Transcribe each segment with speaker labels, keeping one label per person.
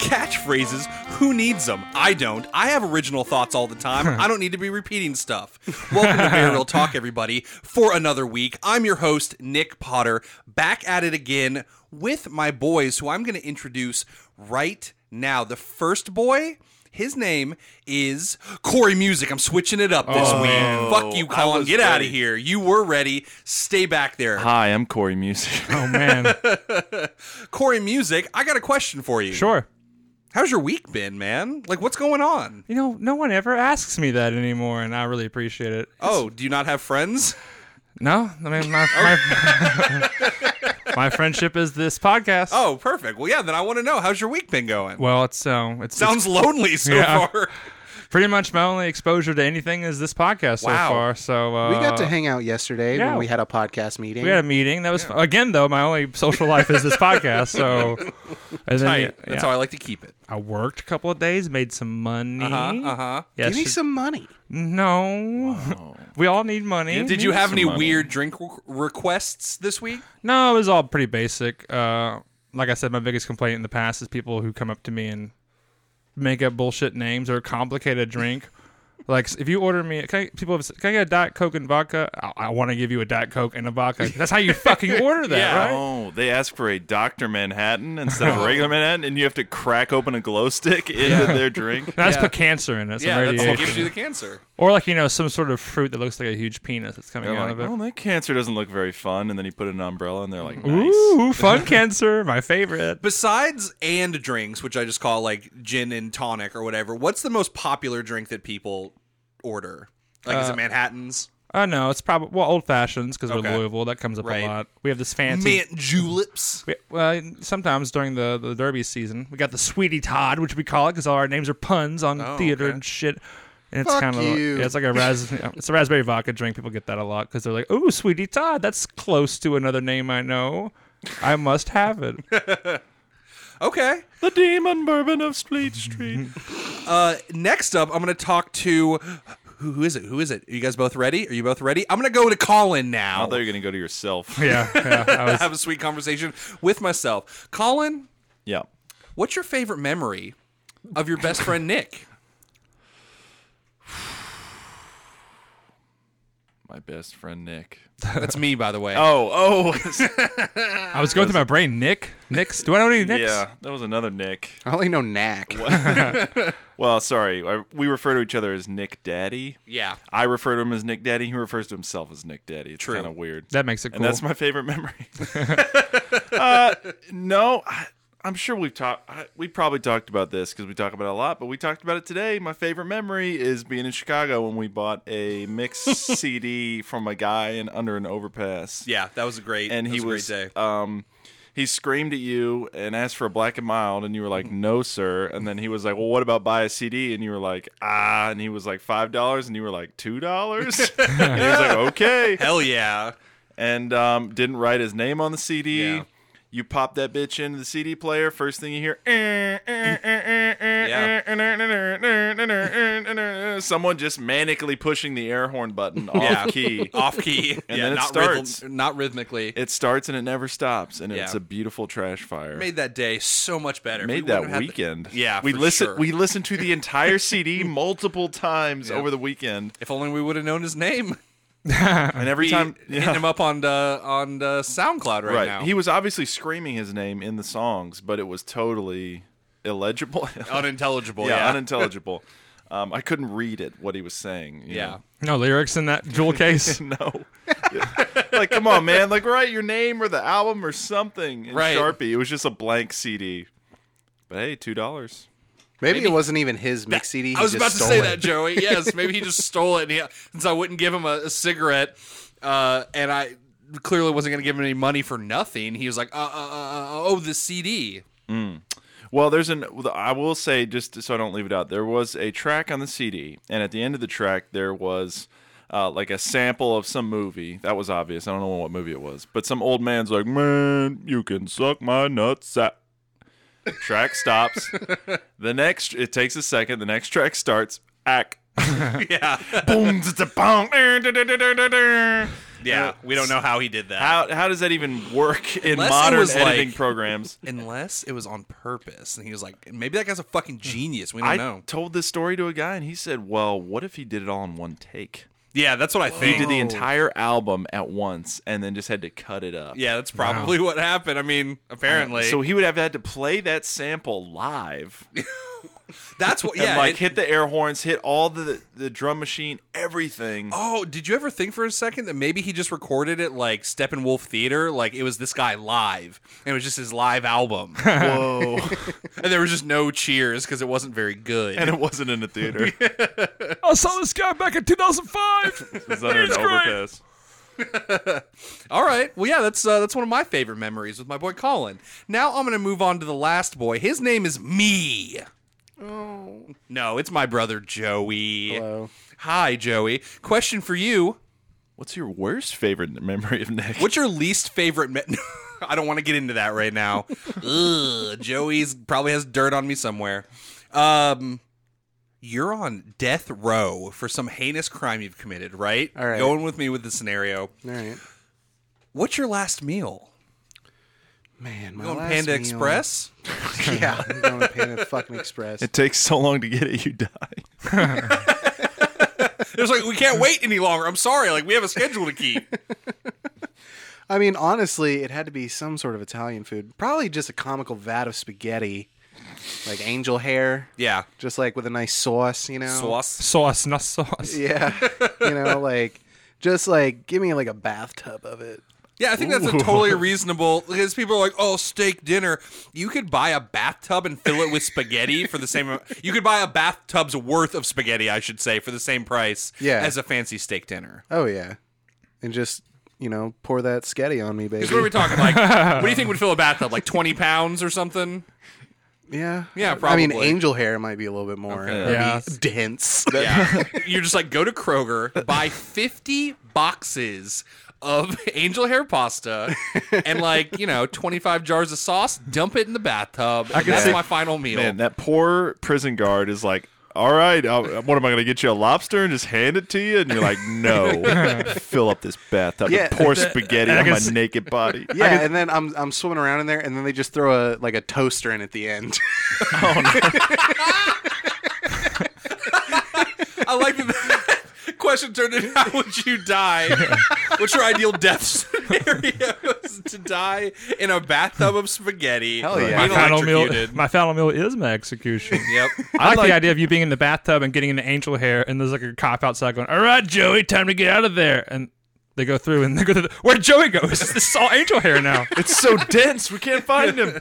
Speaker 1: Catchphrases, who needs them? I don't. I have original thoughts all the time. I don't need to be repeating stuff. Welcome to Bear Real Talk, everybody, for another week. I'm your host, Nick Potter, back at it again with my boys, who I'm going to introduce right now. The first boy. His name is Corey Music. I'm switching it up this week. Fuck you,
Speaker 2: Oh, I
Speaker 1: Colin.
Speaker 2: was
Speaker 1: Get out of
Speaker 2: ready.
Speaker 1: here. You were ready. Stay back there.
Speaker 2: Hi, I'm Corey Music.
Speaker 3: Oh man,
Speaker 1: Corey Music, I got a question for you.
Speaker 3: sure.
Speaker 1: How's your week been, man? Like, what's going on?
Speaker 3: You know, no one ever asks me that anymore, and I really appreciate it.
Speaker 1: Oh, do you not have friends?
Speaker 3: No, I mean my my, my friendship is this podcast.
Speaker 1: Oh, perfect. Well, yeah, then I want to know how's your week been going?
Speaker 3: well, it's um, it's, it's
Speaker 1: Sounds lonely so
Speaker 3: Yeah.
Speaker 1: far.
Speaker 3: pretty much my only exposure to anything is this podcast
Speaker 1: Wow.
Speaker 3: so far. So uh,
Speaker 4: We got to hang out yesterday
Speaker 3: yeah.
Speaker 4: when we had a podcast meeting.
Speaker 3: we had a meeting that was again though my only social life is this podcast. So and then,
Speaker 1: Right. That's how I like to keep it.
Speaker 3: I worked a couple of days, made some money.
Speaker 1: Uh huh.
Speaker 4: Give me some money.
Speaker 3: No, we all need Mm-hmm. money.
Speaker 1: Did you have any weird drink re- requests this week?
Speaker 3: No, it was all pretty basic. Uh, like I said, my biggest complaint in the past is people who come up to me and make up bullshit names or complicate a drink. like if you order me, can I, people have, said, can I get a diet coke and vodka? I, I want to give you a diet coke and a vodka. That's how you fucking order that,
Speaker 1: Yeah.
Speaker 3: right?
Speaker 2: Oh, they ask for a Dr. Manhattan instead of a regular Manhattan, and you have to crack open a glow stick into their drink.
Speaker 3: That's put cancer in it, some
Speaker 1: Yeah, that's what gives
Speaker 3: radiation,
Speaker 1: you the cancer.
Speaker 3: or like you know some sort of fruit that looks like a huge penis that's coming
Speaker 2: They're
Speaker 3: out
Speaker 2: like,
Speaker 3: of it.
Speaker 2: well, that cancer doesn't look very fun. And then you put an umbrella, and they're like, nice.
Speaker 1: "Oh,
Speaker 3: Ooh, fun cancer, my favorite.
Speaker 1: Besides and drinks, which I just call like gin and tonic or whatever, what's the most popular drink that people order? Like,
Speaker 3: Uh,
Speaker 1: is it Manhattan's?
Speaker 3: Oh no, it's probably well old fashions because
Speaker 1: Okay.
Speaker 3: we're Louisville. That comes up
Speaker 1: Right.
Speaker 3: a lot. We have this fancy
Speaker 1: Mint juleps?
Speaker 3: We, well, sometimes during the, the derby season, we got the Sweetie Todd, which we call it because all our names are puns on theater
Speaker 1: okay.
Speaker 3: and shit. And it's
Speaker 4: Fuck
Speaker 3: kind of
Speaker 4: you.
Speaker 3: yeah, it's like a ras- it's a raspberry vodka drink. People get that a lot because they're like, "Ooh, Sweetie Todd, that's close to another name I know. I must have it."
Speaker 1: Okay.
Speaker 2: The demon bourbon of Fleet Street.
Speaker 1: Uh, next up, I'm going to talk to who, who is it? Who is it? Are you guys both ready? Are you both ready? I'm going to go to Colin now.
Speaker 2: I thought you were going to go to yourself.
Speaker 3: yeah, yeah, I was-
Speaker 1: have a sweet conversation with myself. Colin,
Speaker 2: yeah.
Speaker 1: what's your favorite memory of your best friend Nick?
Speaker 2: My best friend, Nick.
Speaker 1: That's me, by the way.
Speaker 2: Oh, oh.
Speaker 3: I was going through my brain. Nick, Nick's. Do I know any Nicks?
Speaker 2: yeah. That was another Nick.
Speaker 4: I only know knack.
Speaker 2: Well, sorry. I, we refer to each other as Nick Daddy.
Speaker 1: Yeah.
Speaker 2: I refer to him as Nick Daddy. He refers to himself as Nick Daddy. It's
Speaker 1: True.
Speaker 2: kind of weird.
Speaker 3: That makes it
Speaker 2: And
Speaker 3: cool.
Speaker 2: that's my favorite memory. uh, no, I, I'm sure we've talked. I- We probably talked about this because we talk about it a lot, but we talked about it today. My favorite memory is being in Chicago when we bought a mix CD from a guy in under an overpass.
Speaker 1: Yeah, that was a great
Speaker 2: and
Speaker 1: that
Speaker 2: he
Speaker 1: was,
Speaker 2: was,
Speaker 1: a great day.
Speaker 2: um. He screamed at you and asked for a black and mild, and you were like,
Speaker 3: Mm-hmm.
Speaker 2: "No, sir." And then he was like, "Well, what about buy a CD?" And you were like, "Ah." And he was like, five dollars," and you were like, two dollars. and he was like, "Okay."
Speaker 1: Hell yeah.
Speaker 2: and um, didn't write his name on the CD.
Speaker 1: Yeah.
Speaker 2: You pop that bitch into the CD player. First thing you hear, "Eh, eh, eh, eh, eh,
Speaker 1: Yeah.
Speaker 2: eh, eh, eh, eh, eh, eh, eh, eh, eh, eh," someone just manically pushing the air horn button off
Speaker 1: Yeah.
Speaker 2: key.
Speaker 1: Off key.
Speaker 2: And
Speaker 1: yeah,
Speaker 2: then it
Speaker 1: not
Speaker 2: starts.
Speaker 1: not rhythmically.
Speaker 2: It starts and it never stops, and it's
Speaker 1: Yeah.
Speaker 2: a beautiful trash fire.
Speaker 1: made that day so much better. If we
Speaker 2: Made
Speaker 1: wouldn't have
Speaker 2: that
Speaker 1: had the-
Speaker 2: weekend.
Speaker 1: yeah,
Speaker 2: we
Speaker 1: for
Speaker 2: listened.
Speaker 1: sure.
Speaker 2: We listened to the entire CD multiple times over the weekend,
Speaker 1: if only we would have known his name.
Speaker 2: and every
Speaker 1: Be
Speaker 2: time
Speaker 1: hitting him up on uh, on uh, SoundCloud right, now.
Speaker 2: He was obviously screaming his name in the songs, but it was totally illegible.
Speaker 1: unintelligible.
Speaker 2: yeah,
Speaker 1: Yeah,
Speaker 2: unintelligible. um, I couldn't read it what he was saying. you
Speaker 1: yeah.
Speaker 3: no lyrics in that jewel case.
Speaker 2: know? no. like, come on, man! Like, write your name or the album or something in
Speaker 1: Right.
Speaker 2: Sharpie. It was just a blank CD. But hey, two dollars.
Speaker 4: Maybe, it wasn't even his mix CD. he
Speaker 1: I was
Speaker 4: just
Speaker 1: about to
Speaker 4: stole
Speaker 1: say
Speaker 4: it.
Speaker 1: that, Joey. Yes, maybe he just stole it. And he, since I wouldn't give him a, a cigarette, uh, and I clearly wasn't going to give him any money for nothing, he was like, uh, uh, uh, uh, "Oh, the CD."
Speaker 2: Well, there's an. I will say just so I don't leave it out. There was a track on the CD, and at the end of the track, there was uh, like a sample of some movie. That was obvious. I don't know what movie it was, but some old man's like, "Man, you can suck my nuts." out." Track stops. the next, it takes a second. The next track starts. Ack.
Speaker 1: yeah.
Speaker 2: Boom, zza, bong.
Speaker 1: Yeah. We don't know how he did that.
Speaker 2: How how does that even work in
Speaker 1: Unless it
Speaker 2: modern
Speaker 1: was like-
Speaker 2: editing programs?
Speaker 1: Unless it was on purpose. And he was like, maybe that guy's a fucking genius. We don't
Speaker 2: I
Speaker 1: know.
Speaker 2: told this story to a guy, and he said, "Well, what if he did it all in one take?
Speaker 1: Yeah, that's what I
Speaker 2: He
Speaker 1: think.
Speaker 2: did the entire album at once, and then just had to cut it up."
Speaker 1: yeah, that's probably what happened. I mean, apparently.
Speaker 2: So he would have had to play that sample live,
Speaker 1: that's what, yeah.
Speaker 2: and like
Speaker 1: it-
Speaker 2: hit the air horns, hit all the the drum machine, everything.
Speaker 1: Oh, did you ever think for a second that maybe he just recorded it like Steppenwolf Theater? Like it was this guy live, and it was just his live album. and
Speaker 2: Whoa!
Speaker 1: there was just no cheers because it wasn't very good.
Speaker 2: and it wasn't in a theater. it
Speaker 3: I saw this guy back in 2005.
Speaker 2: was under an
Speaker 3: It's great.
Speaker 2: overpass.
Speaker 1: All right. Well, yeah, that's uh, that's one of my favorite memories with my boy Colin. Now I'm going to move on to the last boy. His name is Me. Oh. No, it's my brother Joey.
Speaker 4: Hello.
Speaker 1: Hi, Joey. Question for you.
Speaker 2: What's your worst favorite memory of Nick?
Speaker 1: What's your least favorite? Me- I don't want to get into that right now. Ugh, Joey's probably has dirt on me somewhere. Um, you're on death row for some heinous crime you've committed, right?
Speaker 4: All right.
Speaker 1: Going with me with the scenario.
Speaker 4: All right.
Speaker 1: What's your last meal?
Speaker 4: Man, my
Speaker 1: Going
Speaker 4: last
Speaker 1: Panda
Speaker 4: meal-
Speaker 1: Express?
Speaker 4: Yeah, I'm going to Panda fucking Express.
Speaker 2: It takes so long to get it, you die.
Speaker 1: There's like we can't wait any longer. I'm sorry, like we have a schedule to keep.
Speaker 4: I mean, honestly, it had to be some sort of Italian food. Probably just a comical vat of spaghetti, like angel hair,
Speaker 1: yeah.
Speaker 4: just like with a nice sauce, you know.
Speaker 1: Sauce.
Speaker 3: sauce, not sauce.
Speaker 4: Yeah, you know, like just like give me like a bathtub of it.
Speaker 1: Yeah, I think that's a totally reasonable because people are like, "Oh, steak dinner." You could buy a bathtub and fill it with spaghetti for the same. amount- You could buy a bathtub's worth of spaghetti, I should say, for the same price
Speaker 4: Yeah.
Speaker 1: as a fancy steak dinner.
Speaker 4: Oh yeah, and just you know pour that sketty on me, baby.
Speaker 1: Because what are we talking like? What do you think would fill a bathtub? Like twenty pounds or something?
Speaker 4: yeah,
Speaker 1: Yeah,
Speaker 4: I mean,
Speaker 1: probably.
Speaker 4: angel hair might be a little bit more
Speaker 1: Okay.
Speaker 4: uh,
Speaker 3: Yeah.
Speaker 4: dense.
Speaker 1: Yeah. You're just like, go to Kroger, buy 50 boxes of angel hair pasta and like, you know, 25 jars of sauce, dump it in the bathtub. and
Speaker 3: can
Speaker 1: that's
Speaker 2: see-
Speaker 1: my final meal.
Speaker 2: Man, that poor prison guard is like, all right, uh, what am I going to get you a lobster and just hand it to you? And you're like, no, fill up this bathtub
Speaker 4: Yeah,
Speaker 2: and pour spaghetti
Speaker 3: I
Speaker 2: on
Speaker 3: can
Speaker 2: my
Speaker 3: see-
Speaker 2: naked body.
Speaker 4: Yeah, and then I'm I'm swimming around in there, and then they just throw a like a toaster in at the end.
Speaker 1: I like that that question turned into how would you die? What's your ideal death scenario? Is to die in a bathtub of spaghetti.
Speaker 4: Hell yeah.
Speaker 3: My
Speaker 1: being
Speaker 3: final meal.
Speaker 1: electrocuted.
Speaker 3: My final meal is my execution.
Speaker 1: Yep.
Speaker 3: I like, the idea of you being in the bathtub and getting an angel hair, and there's like a cop outside going, "All right, Joey, time to get out of there." And they go through, and they go, through the, "Where Joey goes? This is all angel hair now."
Speaker 2: It's so dense, we can't find him.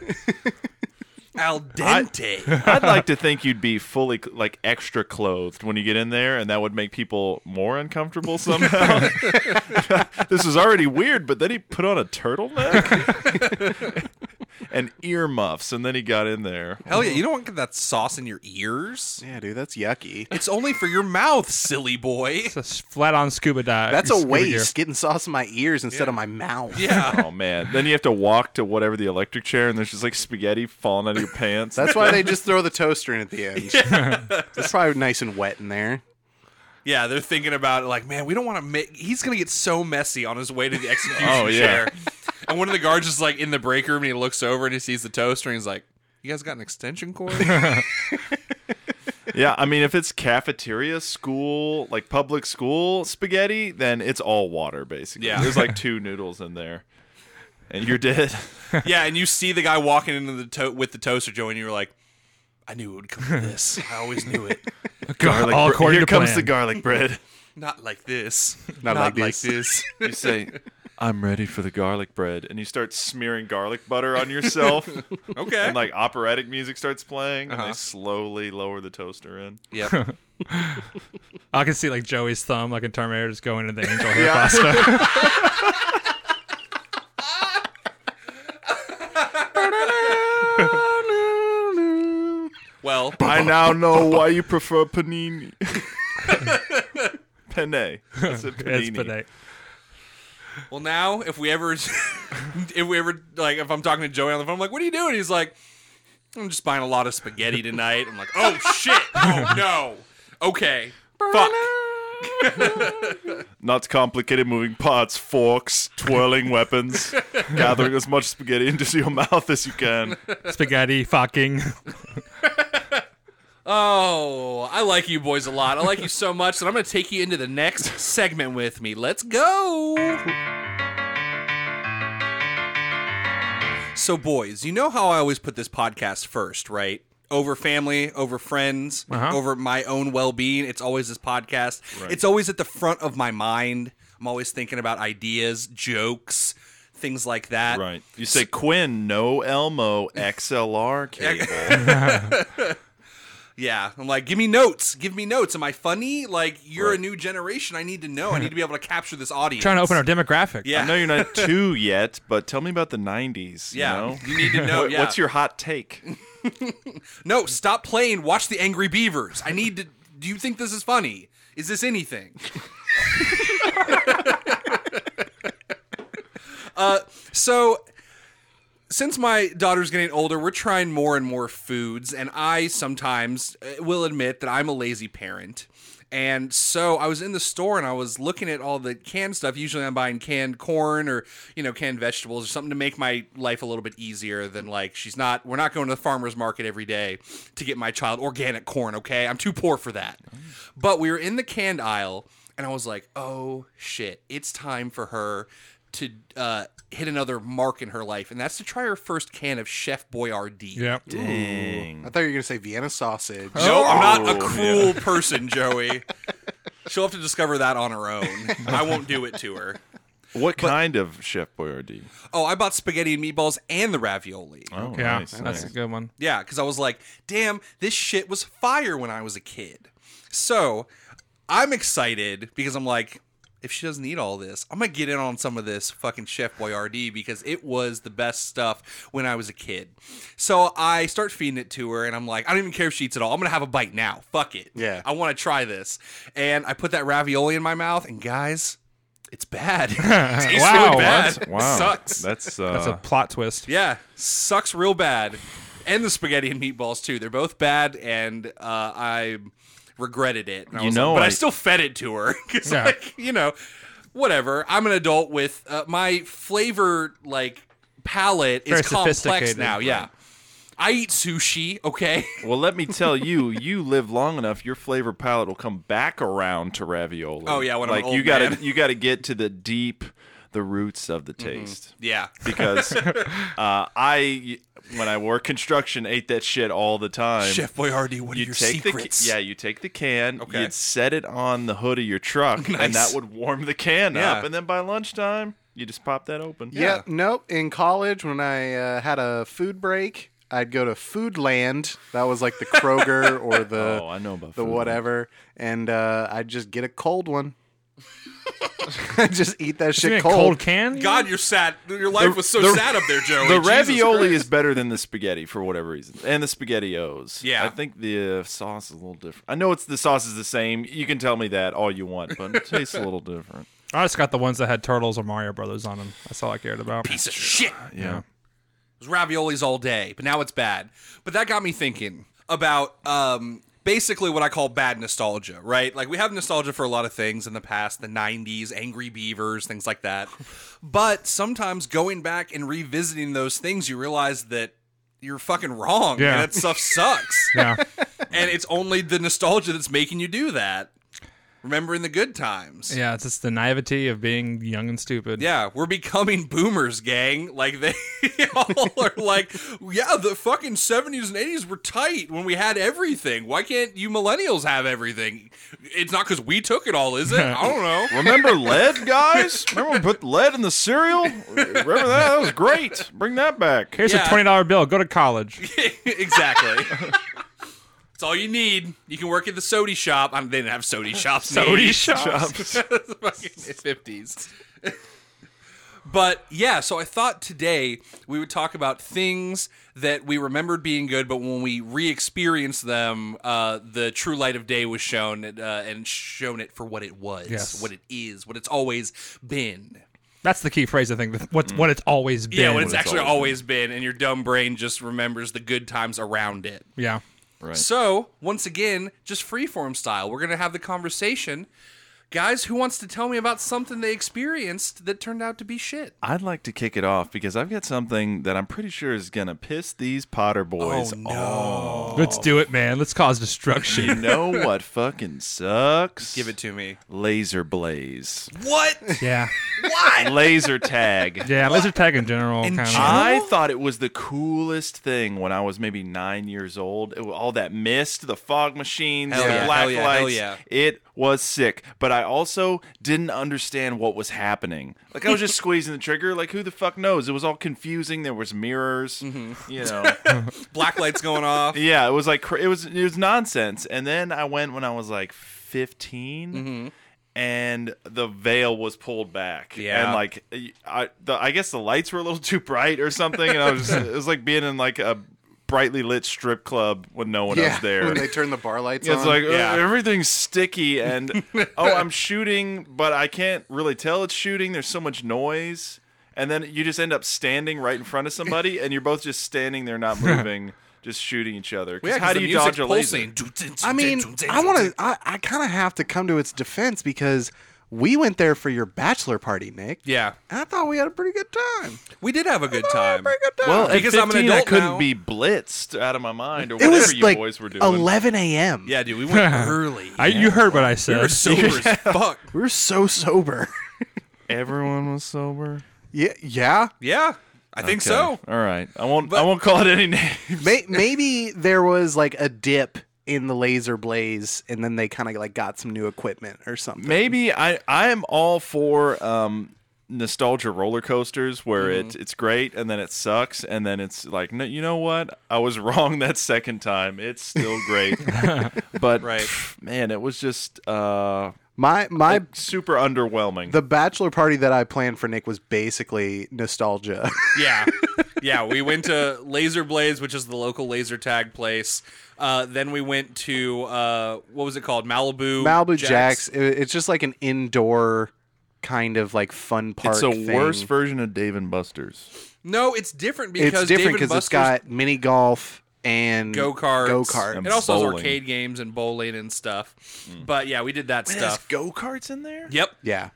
Speaker 1: Al dente.
Speaker 2: I'd like to think you'd be fully, like, extra clothed when you get in there, and that would make people more uncomfortable somehow. this is already weird, but then he put on a turtleneck and earmuffs, and then he got in there.
Speaker 1: Hell yeah. You don't want to get that sauce in your ears.
Speaker 4: yeah, dude, that's yucky.
Speaker 1: It's only for your mouth, silly boy.
Speaker 3: It's a s- flat-on scuba dive.
Speaker 4: That's a
Speaker 3: scuba gear.
Speaker 4: waste. Getting sauce in my ears instead of my mouth.
Speaker 1: Yeah.
Speaker 2: Oh man! Then you have to walk to whatever the electric chair, and there's just like spaghetti falling out of your pants.
Speaker 4: That's why they just throw the toaster in at the end. It's probably nice and wet in there.
Speaker 1: Yeah, they're thinking about it like, man, we don't want to make. He's gonna get so messy on his way to the execution
Speaker 2: Oh, yeah.
Speaker 1: chair. And one of the guards is like in the break room, and he looks over and he sees the toaster, and he's like, "You guys got an extension cord?"
Speaker 2: yeah, I mean, if it's cafeteria, school, like public school spaghetti, then it's all water basically.
Speaker 1: Yeah.
Speaker 2: there's like two noodles in there, and you're dead.
Speaker 1: yeah, and you see the guy walking into the to- with the toaster, Joe, and you're like, "I knew it would come to this. I always knew it.
Speaker 3: Gar-
Speaker 2: Garlic
Speaker 3: all
Speaker 2: bre-
Speaker 3: according
Speaker 2: here
Speaker 3: to
Speaker 2: comes
Speaker 3: plan.
Speaker 2: the garlic bread.
Speaker 1: Not like this.
Speaker 4: Not like
Speaker 1: this.
Speaker 2: You say, "I'm ready for the garlic bread," and you start smearing garlic butter on yourself.
Speaker 1: okay.
Speaker 2: And like operatic music starts playing, and
Speaker 1: Uh-huh.
Speaker 2: they slowly lower the toaster in.
Speaker 1: yeah.
Speaker 3: I can see like Joey's thumb, like in Terminator, just going into the angel hair pasta.
Speaker 1: Well,
Speaker 2: I now know why you prefer panini. Penne. It's a panini.
Speaker 3: it's pathetic.
Speaker 1: well, now if we ever, if we ever like, if I'm talking to Joey on the phone, I'm like, "What are you doing?" He's like, "I'm just buying a lot of spaghetti tonight." I'm like, "Oh shit! Oh no! Okay." Fuck.
Speaker 2: Not complicated moving parts, forks, twirling weapons, gathering as much spaghetti into your mouth as you can.
Speaker 3: Spaghetti fucking.
Speaker 1: Oh, I like you boys a lot. I like you so much that I'm going to take you into the next segment with me. Let's go. So, boys, you know how I always put this podcast first, right? Over family, over friends,
Speaker 3: Uh-huh.
Speaker 1: over my own well being. It's always this podcast. It's always at the front of my mind. I'm always thinking about ideas, jokes, things like that.
Speaker 2: Right. You say Quinn, no Elmo XLR cable.
Speaker 1: Yeah, I'm like, give me notes, give me notes. Am I funny? Like, you're a new generation. I need to know. I need to be able to capture this audience.
Speaker 3: Trying to open our demographic.
Speaker 1: Yeah.
Speaker 2: I know you're not two yet, but tell me about the 90s.
Speaker 1: Yeah,
Speaker 2: You know?
Speaker 1: you need to know.
Speaker 2: What-
Speaker 1: Yeah.
Speaker 2: What's your hot take?
Speaker 1: no? Stop playing. Watch the Angry Beavers. I need to. Do you think this is funny? Is this anything? uh, so since my daughter's getting older, we're trying more and more foods, and I sometimes uh, will admit that I'm a lazy parent. And so I was in the store and I was looking at all the canned stuff. Usually I'm buying canned corn or, you know, canned vegetables or something to make my life a little bit easier than like she's not we're not going to the farmers market every day to get my child organic corn, okay? I'm too poor for that. But we were in the canned aisle and I was like, "Oh shit, it's time for her to uh, hit another mark in her life, and that's to try her first can of Chef Boyardee.
Speaker 3: Yep.
Speaker 2: Dang.
Speaker 4: I thought you were going to say Vienna sausage.
Speaker 1: No, I'm not a
Speaker 2: Oh,
Speaker 1: cruel person, Joey. She'll have to discover that on her own. I won't do it to her.
Speaker 2: What kind of Chef Boyardee?
Speaker 1: Oh, I bought spaghetti and meatballs and the ravioli.
Speaker 2: Oh,
Speaker 3: Yeah,
Speaker 2: nice,
Speaker 3: that's
Speaker 2: nice.
Speaker 3: a good one.
Speaker 1: Yeah, because I was like, damn, this shit was fire when I was a kid. So I'm excited because I'm like, if she doesn't eat all this, I'm gonna get in on some of this fucking Chef Boyardee because it was the best stuff when I was a kid. So I start feeding it to her, and I'm like, I don't even care if she eats it all. I'm gonna have a bite now. Fuck it.
Speaker 4: Yeah.
Speaker 1: I want to try this, and I put that ravioli in my mouth, and guys, it's bad. It's
Speaker 3: Wow,
Speaker 1: really bad.
Speaker 2: What? Wow.
Speaker 1: It sucks.
Speaker 2: That's, uh,
Speaker 3: That's a plot twist.
Speaker 1: Yeah, sucks real bad. And the spaghetti and meatballs too. They're both bad, and uh, I regretted it. And I
Speaker 2: You
Speaker 1: was
Speaker 2: know
Speaker 1: like- but I,
Speaker 2: I-
Speaker 1: still fed it to her 'Cause,
Speaker 3: Yeah.
Speaker 1: like, you know, whatever. I'm an adult with uh, my flavor like palate
Speaker 3: Very
Speaker 1: is complex
Speaker 3: sophisticated,
Speaker 1: now.
Speaker 3: right.
Speaker 1: Yeah, I eat sushi. Okay,
Speaker 2: Well, let me tell you, you live long enough, your flavor palette will come back around to ravioli.
Speaker 1: Oh, yeah, when I'm an
Speaker 2: like
Speaker 1: old
Speaker 2: you gotta
Speaker 1: man. Mm-hmm.
Speaker 2: you gotta get to the deep, the roots of the taste.
Speaker 1: yeah,
Speaker 2: Because uh, I, when I wore construction, ate that shit all the time.
Speaker 1: Chef Boyardee, what are your
Speaker 2: take
Speaker 1: secrets?
Speaker 2: the ca- yeah, you take the can,
Speaker 1: Okay.
Speaker 2: you'd set it on the hood of your truck, and
Speaker 1: Nice.
Speaker 2: that would warm the can
Speaker 1: Yeah.
Speaker 2: up, and then by lunchtime, you just pop that open.
Speaker 4: Yeah, nope. In college, when I uh, had a food break, I'd go to Foodland. That was like the Kroger or the
Speaker 2: Oh, I know about
Speaker 4: the
Speaker 2: Foodland.
Speaker 4: whatever, and uh, I'd just get a cold one. I just eat that
Speaker 3: Give me
Speaker 4: shit
Speaker 3: a
Speaker 4: cold.
Speaker 3: cold, can.
Speaker 1: God, you're sad. Your life was so sad up there, Joey.
Speaker 2: The
Speaker 1: Jesus
Speaker 2: ravioli
Speaker 1: Christ.
Speaker 2: is better than the spaghetti for whatever reason, and the spaghettios.
Speaker 1: Yeah.
Speaker 2: I think the uh, sauce is a little different. I know it's the sauce is the same. You can tell me that all you want, but it tastes a little different.
Speaker 3: I just got the ones that had turtles or Mario Brothers on them. That's all I cared about.
Speaker 1: piece of shit.
Speaker 2: Yeah,
Speaker 1: It was raviolis all day, but now it's bad. But that got me thinking about um, basically what I call bad nostalgia, right? Like we have nostalgia for a lot of things in the past, the 90s, Angry Beavers, things like that. But sometimes going back and revisiting those things, you realize that you're fucking wrong.
Speaker 3: Yeah.
Speaker 1: And that stuff sucks.
Speaker 3: Yeah.
Speaker 1: and it's only the nostalgia that's making you do that. Remembering the good times.
Speaker 3: Yeah, it's just the naivety of being young and stupid.
Speaker 1: Yeah, we're becoming boomers, gang. Like they all are like, yeah, the fucking seventies and eighties were tight when we had everything. Why can't you millennials have everything? It's not because we took it all, is it? I don't know.
Speaker 2: remember lead, guys? Remember when we put lead in the cereal? Remember that? That was great. Bring that back.
Speaker 3: Here's
Speaker 1: Yeah.
Speaker 3: a twenty dollar bill. Go to college.
Speaker 1: exactly. It's all you need. You can work at the sody shop. I mean, they didn't have sody shops. in the 80s.
Speaker 2: Chops.
Speaker 1: fifties. but yeah, so I thought today we would talk about things that we remembered being good, but when we re-experienced them, uh, the true light of day was shown uh, and shown it for what it was,
Speaker 3: Yes.
Speaker 1: what it is, what it's always been.
Speaker 3: That's the key phrase I think. What
Speaker 1: Mm.
Speaker 3: what it's always been.
Speaker 1: yeah, what it's actually always been. and your dumb brain just remembers the good times around it.
Speaker 3: Yeah.
Speaker 2: Right.
Speaker 1: So, once again, just freeform style, we're going to have the conversation. Guys, who wants to tell me about something they experienced that turned out to be shit?
Speaker 2: I'd like to kick it off because I've got something that I'm pretty sure is gonna piss these Potter boys off.
Speaker 3: Let's do it, man. Let's cause destruction.
Speaker 2: You know what fucking sucks?
Speaker 1: Give it to me.
Speaker 2: laser blaze,
Speaker 1: What?
Speaker 3: yeah,
Speaker 1: Why?
Speaker 2: laser tag.
Speaker 3: yeah. Laser tag in general,
Speaker 1: In
Speaker 3: kind of.
Speaker 1: general?
Speaker 2: I thought it was the coolest thing when I was maybe nine years old. It wa- all that mist, the fog machines,
Speaker 1: Hell
Speaker 2: the
Speaker 1: yeah,
Speaker 2: black
Speaker 1: hell yeah,
Speaker 2: lights.
Speaker 1: hell yeah.
Speaker 2: It was sick. But I also didn't understand what was happening. Like I was just squeezing the trigger. Like who the fuck knows? It was all confusing. There was mirrors.
Speaker 1: Mm-hmm.
Speaker 2: You know.
Speaker 1: Black lights going off.
Speaker 2: Yeah, it was like cra- it was it was nonsense. And then I went when I was like 15
Speaker 4: Mm-hmm.
Speaker 2: and the veil was pulled back.
Speaker 1: Yeah.
Speaker 2: and like I the, I guess the lights were a little too bright or something. And I was just, it was like being in like a brightly lit strip club when no one
Speaker 4: yeah,
Speaker 2: else there.
Speaker 4: when they turn the bar lights
Speaker 2: it's
Speaker 4: on.
Speaker 2: like
Speaker 1: Yeah.
Speaker 2: "Uh, everything's sticky and oh, I'm shooting, but I can't really tell it's shooting. There's so much noise. And then you just end up standing right in front of somebody, and you're both just standing there, not moving, just shooting each other. 'Cause
Speaker 1: Yeah, 'cause
Speaker 2: how do
Speaker 1: the
Speaker 2: you
Speaker 1: music's
Speaker 2: dodge a laser?
Speaker 1: pulsing.
Speaker 4: I mean, I want to. I, I kind of have to come to its defense because we went there for your bachelor party, Nick.
Speaker 1: Yeah,
Speaker 4: And I thought we had a pretty good time.
Speaker 1: we did have a good time.
Speaker 4: Pretty good time.
Speaker 2: Well, at
Speaker 1: Because I'm an
Speaker 2: 15, I
Speaker 1: adult
Speaker 2: couldn't
Speaker 1: now.
Speaker 2: be blitzed out of my mind or
Speaker 4: it
Speaker 2: whatever
Speaker 4: was
Speaker 2: you
Speaker 4: like
Speaker 2: boys were doing.
Speaker 4: 11 a.m.
Speaker 1: Yeah, dude, we went early.
Speaker 3: I, You heard what I said.
Speaker 1: we were sober as fuck.
Speaker 4: we were so sober.
Speaker 2: Everyone was sober.
Speaker 4: yeah, yeah.
Speaker 1: Yeah, I think so.
Speaker 2: all right. I won't. I
Speaker 1: But-
Speaker 2: won't call it any names.
Speaker 4: May- maybe there was like a dip in the laser blaze, and then they kind of like got some new equipment or something.
Speaker 2: Maybe I I am all for um nostalgia roller coasters where it it's great and then it sucks and then it's like no you know what I was wrong that second time it's still great but
Speaker 1: Right.
Speaker 2: pff, man it was just uh
Speaker 4: My my
Speaker 2: super underwhelming
Speaker 4: the bachelor party that I planned for Nick was basically nostalgia.
Speaker 1: Yeah, yeah. We went to Laser Blaze, which is the local laser tag place. Uh, then we went to uh, what was it called? Malibu.
Speaker 4: Malibu
Speaker 1: Jack's.
Speaker 4: Jacks. i- it's just like an indoor kind of like fun park.
Speaker 2: it's a
Speaker 4: thing.
Speaker 2: worse version of Dave and Buster's
Speaker 1: No, it's different because
Speaker 4: It's different
Speaker 1: because
Speaker 4: because it's got mini golf and
Speaker 1: go karts.
Speaker 4: Go kart.
Speaker 1: It also has
Speaker 2: bowling. Hmm.
Speaker 1: arcade games and bowling and stuff. But yeah, we did that stuff.
Speaker 2: go karts in there
Speaker 1: Yep.
Speaker 4: Yeah,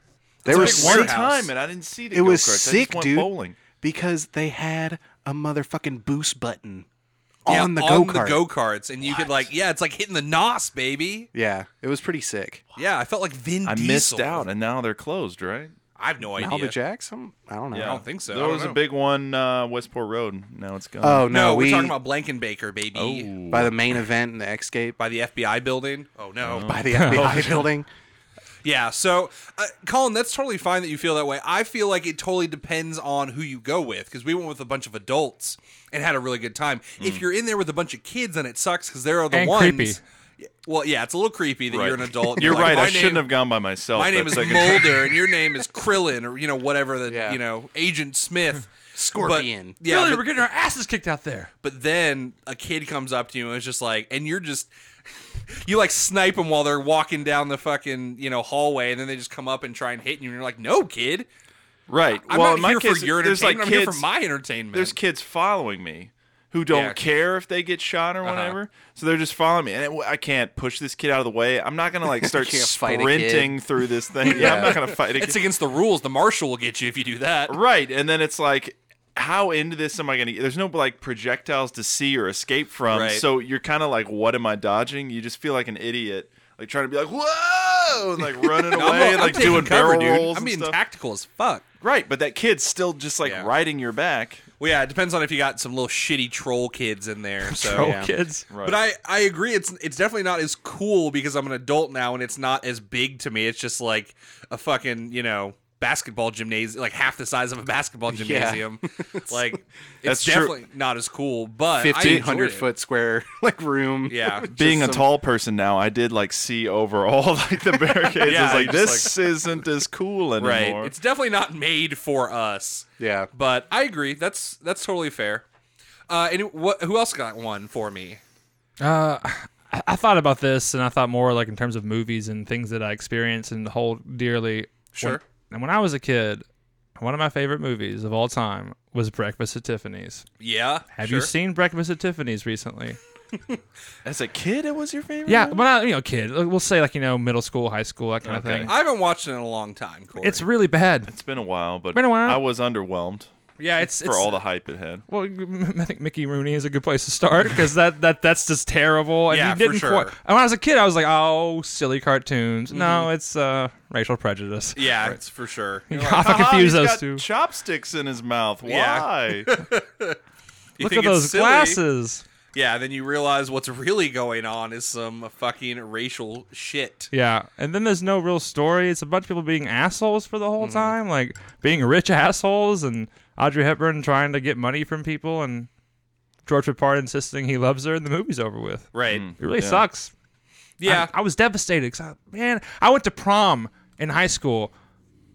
Speaker 4: they
Speaker 1: a
Speaker 4: were
Speaker 1: big
Speaker 4: sick
Speaker 2: one
Speaker 1: warehouse.
Speaker 2: time and I didn't see the
Speaker 4: It was
Speaker 2: go-karts. I
Speaker 4: sick,
Speaker 2: just went
Speaker 4: dude.
Speaker 2: bowling
Speaker 4: because they had a motherfucking boost button
Speaker 1: Yeah,
Speaker 4: on the go
Speaker 1: on
Speaker 4: kart.
Speaker 1: the go karts, and you could like, yeah, it's like hitting the nos, baby.
Speaker 4: yeah, it was pretty sick.
Speaker 1: Yeah, I felt like Vin.
Speaker 2: I
Speaker 1: Diesel.
Speaker 2: missed out and now they're closed right
Speaker 1: I have no idea.
Speaker 4: Malibu Jacks? I'm, I don't know.
Speaker 2: Yeah.
Speaker 1: I don't think so. I
Speaker 2: There
Speaker 1: don't
Speaker 2: was a
Speaker 1: know.
Speaker 2: big one uh, Westport Road. Now it's gone.
Speaker 4: Oh no,
Speaker 1: No,
Speaker 4: we
Speaker 1: we're talking about Blankenbaker,
Speaker 2: Oh.
Speaker 1: baby.
Speaker 4: by the main event in the Xscape
Speaker 1: By the FBI building. Oh no.
Speaker 4: by the FBI building.
Speaker 1: Yeah. So, uh, Colin, that's totally fine that you feel that way. I feel like it totally depends on who you go with because we went with a bunch of adults and had a really good time.
Speaker 2: Mm.
Speaker 1: If you're in there with a bunch of kids, then it sucks because they're the
Speaker 3: And
Speaker 1: ones.
Speaker 3: creepy.
Speaker 1: Yeah, Well, yeah, it's a little creepy that
Speaker 2: Right.
Speaker 1: you're an adult. and
Speaker 2: You're
Speaker 1: like,
Speaker 2: right.
Speaker 1: "My
Speaker 2: I shouldn't
Speaker 1: name-
Speaker 2: have gone by myself.
Speaker 1: My
Speaker 2: that
Speaker 1: name is
Speaker 2: second time.
Speaker 1: Mulder, and your name is Krillin, or you know whatever the
Speaker 4: Yeah.
Speaker 1: you know Agent Smith,
Speaker 4: Scorpion.
Speaker 1: But, yeah, but-
Speaker 3: we're getting our asses kicked out there.
Speaker 1: but then a kid comes up to you and it's just like, and you're just, you like snipe them while they're walking down the fucking you know hallway, and then they just come up and try and hit you, and you're like, no, kid,
Speaker 2: Right.
Speaker 1: I'm
Speaker 2: well,
Speaker 1: not
Speaker 2: in my
Speaker 1: here
Speaker 2: case,
Speaker 1: for your
Speaker 2: there's
Speaker 1: entertainment.
Speaker 2: like
Speaker 1: I'm here
Speaker 2: kids.
Speaker 1: for my entertainment.
Speaker 2: there's kids following me who don't
Speaker 1: Yeah. Uh-huh.
Speaker 2: care if they get shot or whatever. So they're just following me, and it, I can't push this kid out of the way. I'm not gonna like start
Speaker 4: can't fight a kid.
Speaker 2: sprinting through this thing. Yeah. I'm not gonna fight a
Speaker 1: it's
Speaker 2: kid.
Speaker 1: against the rules. The marshal will get you if you do that.
Speaker 2: right. And then it's like. How into this am I going to get? There's no like projectiles to see or escape from.
Speaker 1: Right.
Speaker 2: So you're kind of like, what am I dodging? You just feel like an idiot, like trying to be like, whoa, and, like running away,
Speaker 1: I'm,
Speaker 2: and,
Speaker 1: I'm
Speaker 2: like
Speaker 1: taking
Speaker 2: doing
Speaker 1: cover,
Speaker 2: barrel
Speaker 1: dude.
Speaker 2: rolls.
Speaker 1: I'm
Speaker 2: and
Speaker 1: being
Speaker 2: stuff.
Speaker 1: tactical as fuck.
Speaker 2: Right, but that kid's still just like
Speaker 1: Yeah.
Speaker 2: riding your back.
Speaker 1: Well, yeah, it depends on if you got some little shitty troll kids in there. So
Speaker 3: Oh,
Speaker 4: Yeah.
Speaker 3: kids.
Speaker 1: But I, I agree. It's it's definitely not as cool because I'm an adult now, and it's not as big to me. It's just like a fucking you know basketball gymnasium, like half the size of a basketball gymnasium. like it's
Speaker 2: That's true.
Speaker 1: definitely not as cool. But I enjoyed
Speaker 4: Fifteen hundred
Speaker 1: it.
Speaker 4: foot square like room.
Speaker 1: Yeah,
Speaker 2: being a
Speaker 4: some-
Speaker 2: tall person now, I did like see over all like the barricades.
Speaker 1: Yeah,
Speaker 2: It's like
Speaker 1: you're just
Speaker 2: this isn't as cool
Speaker 1: right.
Speaker 2: anymore.
Speaker 1: It's definitely not made for us.
Speaker 4: Yeah.
Speaker 1: But I agree. That's that's totally fair. Uh, and what? Who else got one for me?
Speaker 3: Uh, I, I thought about this, and I thought more like in terms of movies and things that I experience and hold dearly.
Speaker 1: Sure.
Speaker 3: When- and when I was a kid, one of my favorite movies of all time was Breakfast at Tiffany's.
Speaker 1: Yeah.
Speaker 3: Have
Speaker 1: sure.
Speaker 3: you seen Breakfast at Tiffany's recently?
Speaker 2: As a kid, it was your favorite.
Speaker 3: Yeah,
Speaker 2: one?
Speaker 3: but not you know, kid. Like, We'll say like you know, middle school, high school, that kind
Speaker 2: Okay.
Speaker 3: of thing.
Speaker 1: I haven't watched it in a long time, Corey.
Speaker 3: It's really bad.
Speaker 2: it's been a while. But
Speaker 3: Been a while.
Speaker 2: I was underwhelmed
Speaker 3: Yeah, it's
Speaker 2: for all the hype it had.
Speaker 3: Well, I think Mickey Rooney is a good place to start because that, that that's just terrible. And
Speaker 1: Yeah,
Speaker 3: you
Speaker 1: for
Speaker 3: didn't
Speaker 1: sure.
Speaker 3: quite- and when I was a kid, I was like, oh, silly cartoons. No, it's uh, racial prejudice.
Speaker 1: yeah, it's for sure. You're like,
Speaker 3: God, I
Speaker 2: Ah,
Speaker 3: confuse
Speaker 2: he's
Speaker 3: those
Speaker 2: got
Speaker 3: two.
Speaker 2: Chopsticks in his mouth.
Speaker 1: Yeah.
Speaker 2: Why?
Speaker 1: you
Speaker 3: Look
Speaker 1: think
Speaker 3: at
Speaker 1: it's
Speaker 3: those
Speaker 1: silly.
Speaker 3: glasses.
Speaker 1: Yeah, then you realize what's really going on is some fucking racial shit.
Speaker 3: Yeah, and then there's no real story. It's a bunch of people being assholes for the whole
Speaker 1: Mm-hmm.
Speaker 3: time, like being rich assholes, and Audrey Hepburn trying to get money from people, and George Papard insisting he loves her, and the movie's over with.
Speaker 1: Right.
Speaker 2: Hmm.
Speaker 3: It really
Speaker 2: Yeah.
Speaker 3: sucks.
Speaker 1: Yeah.
Speaker 3: I, I was devastated because man, I went to prom in high school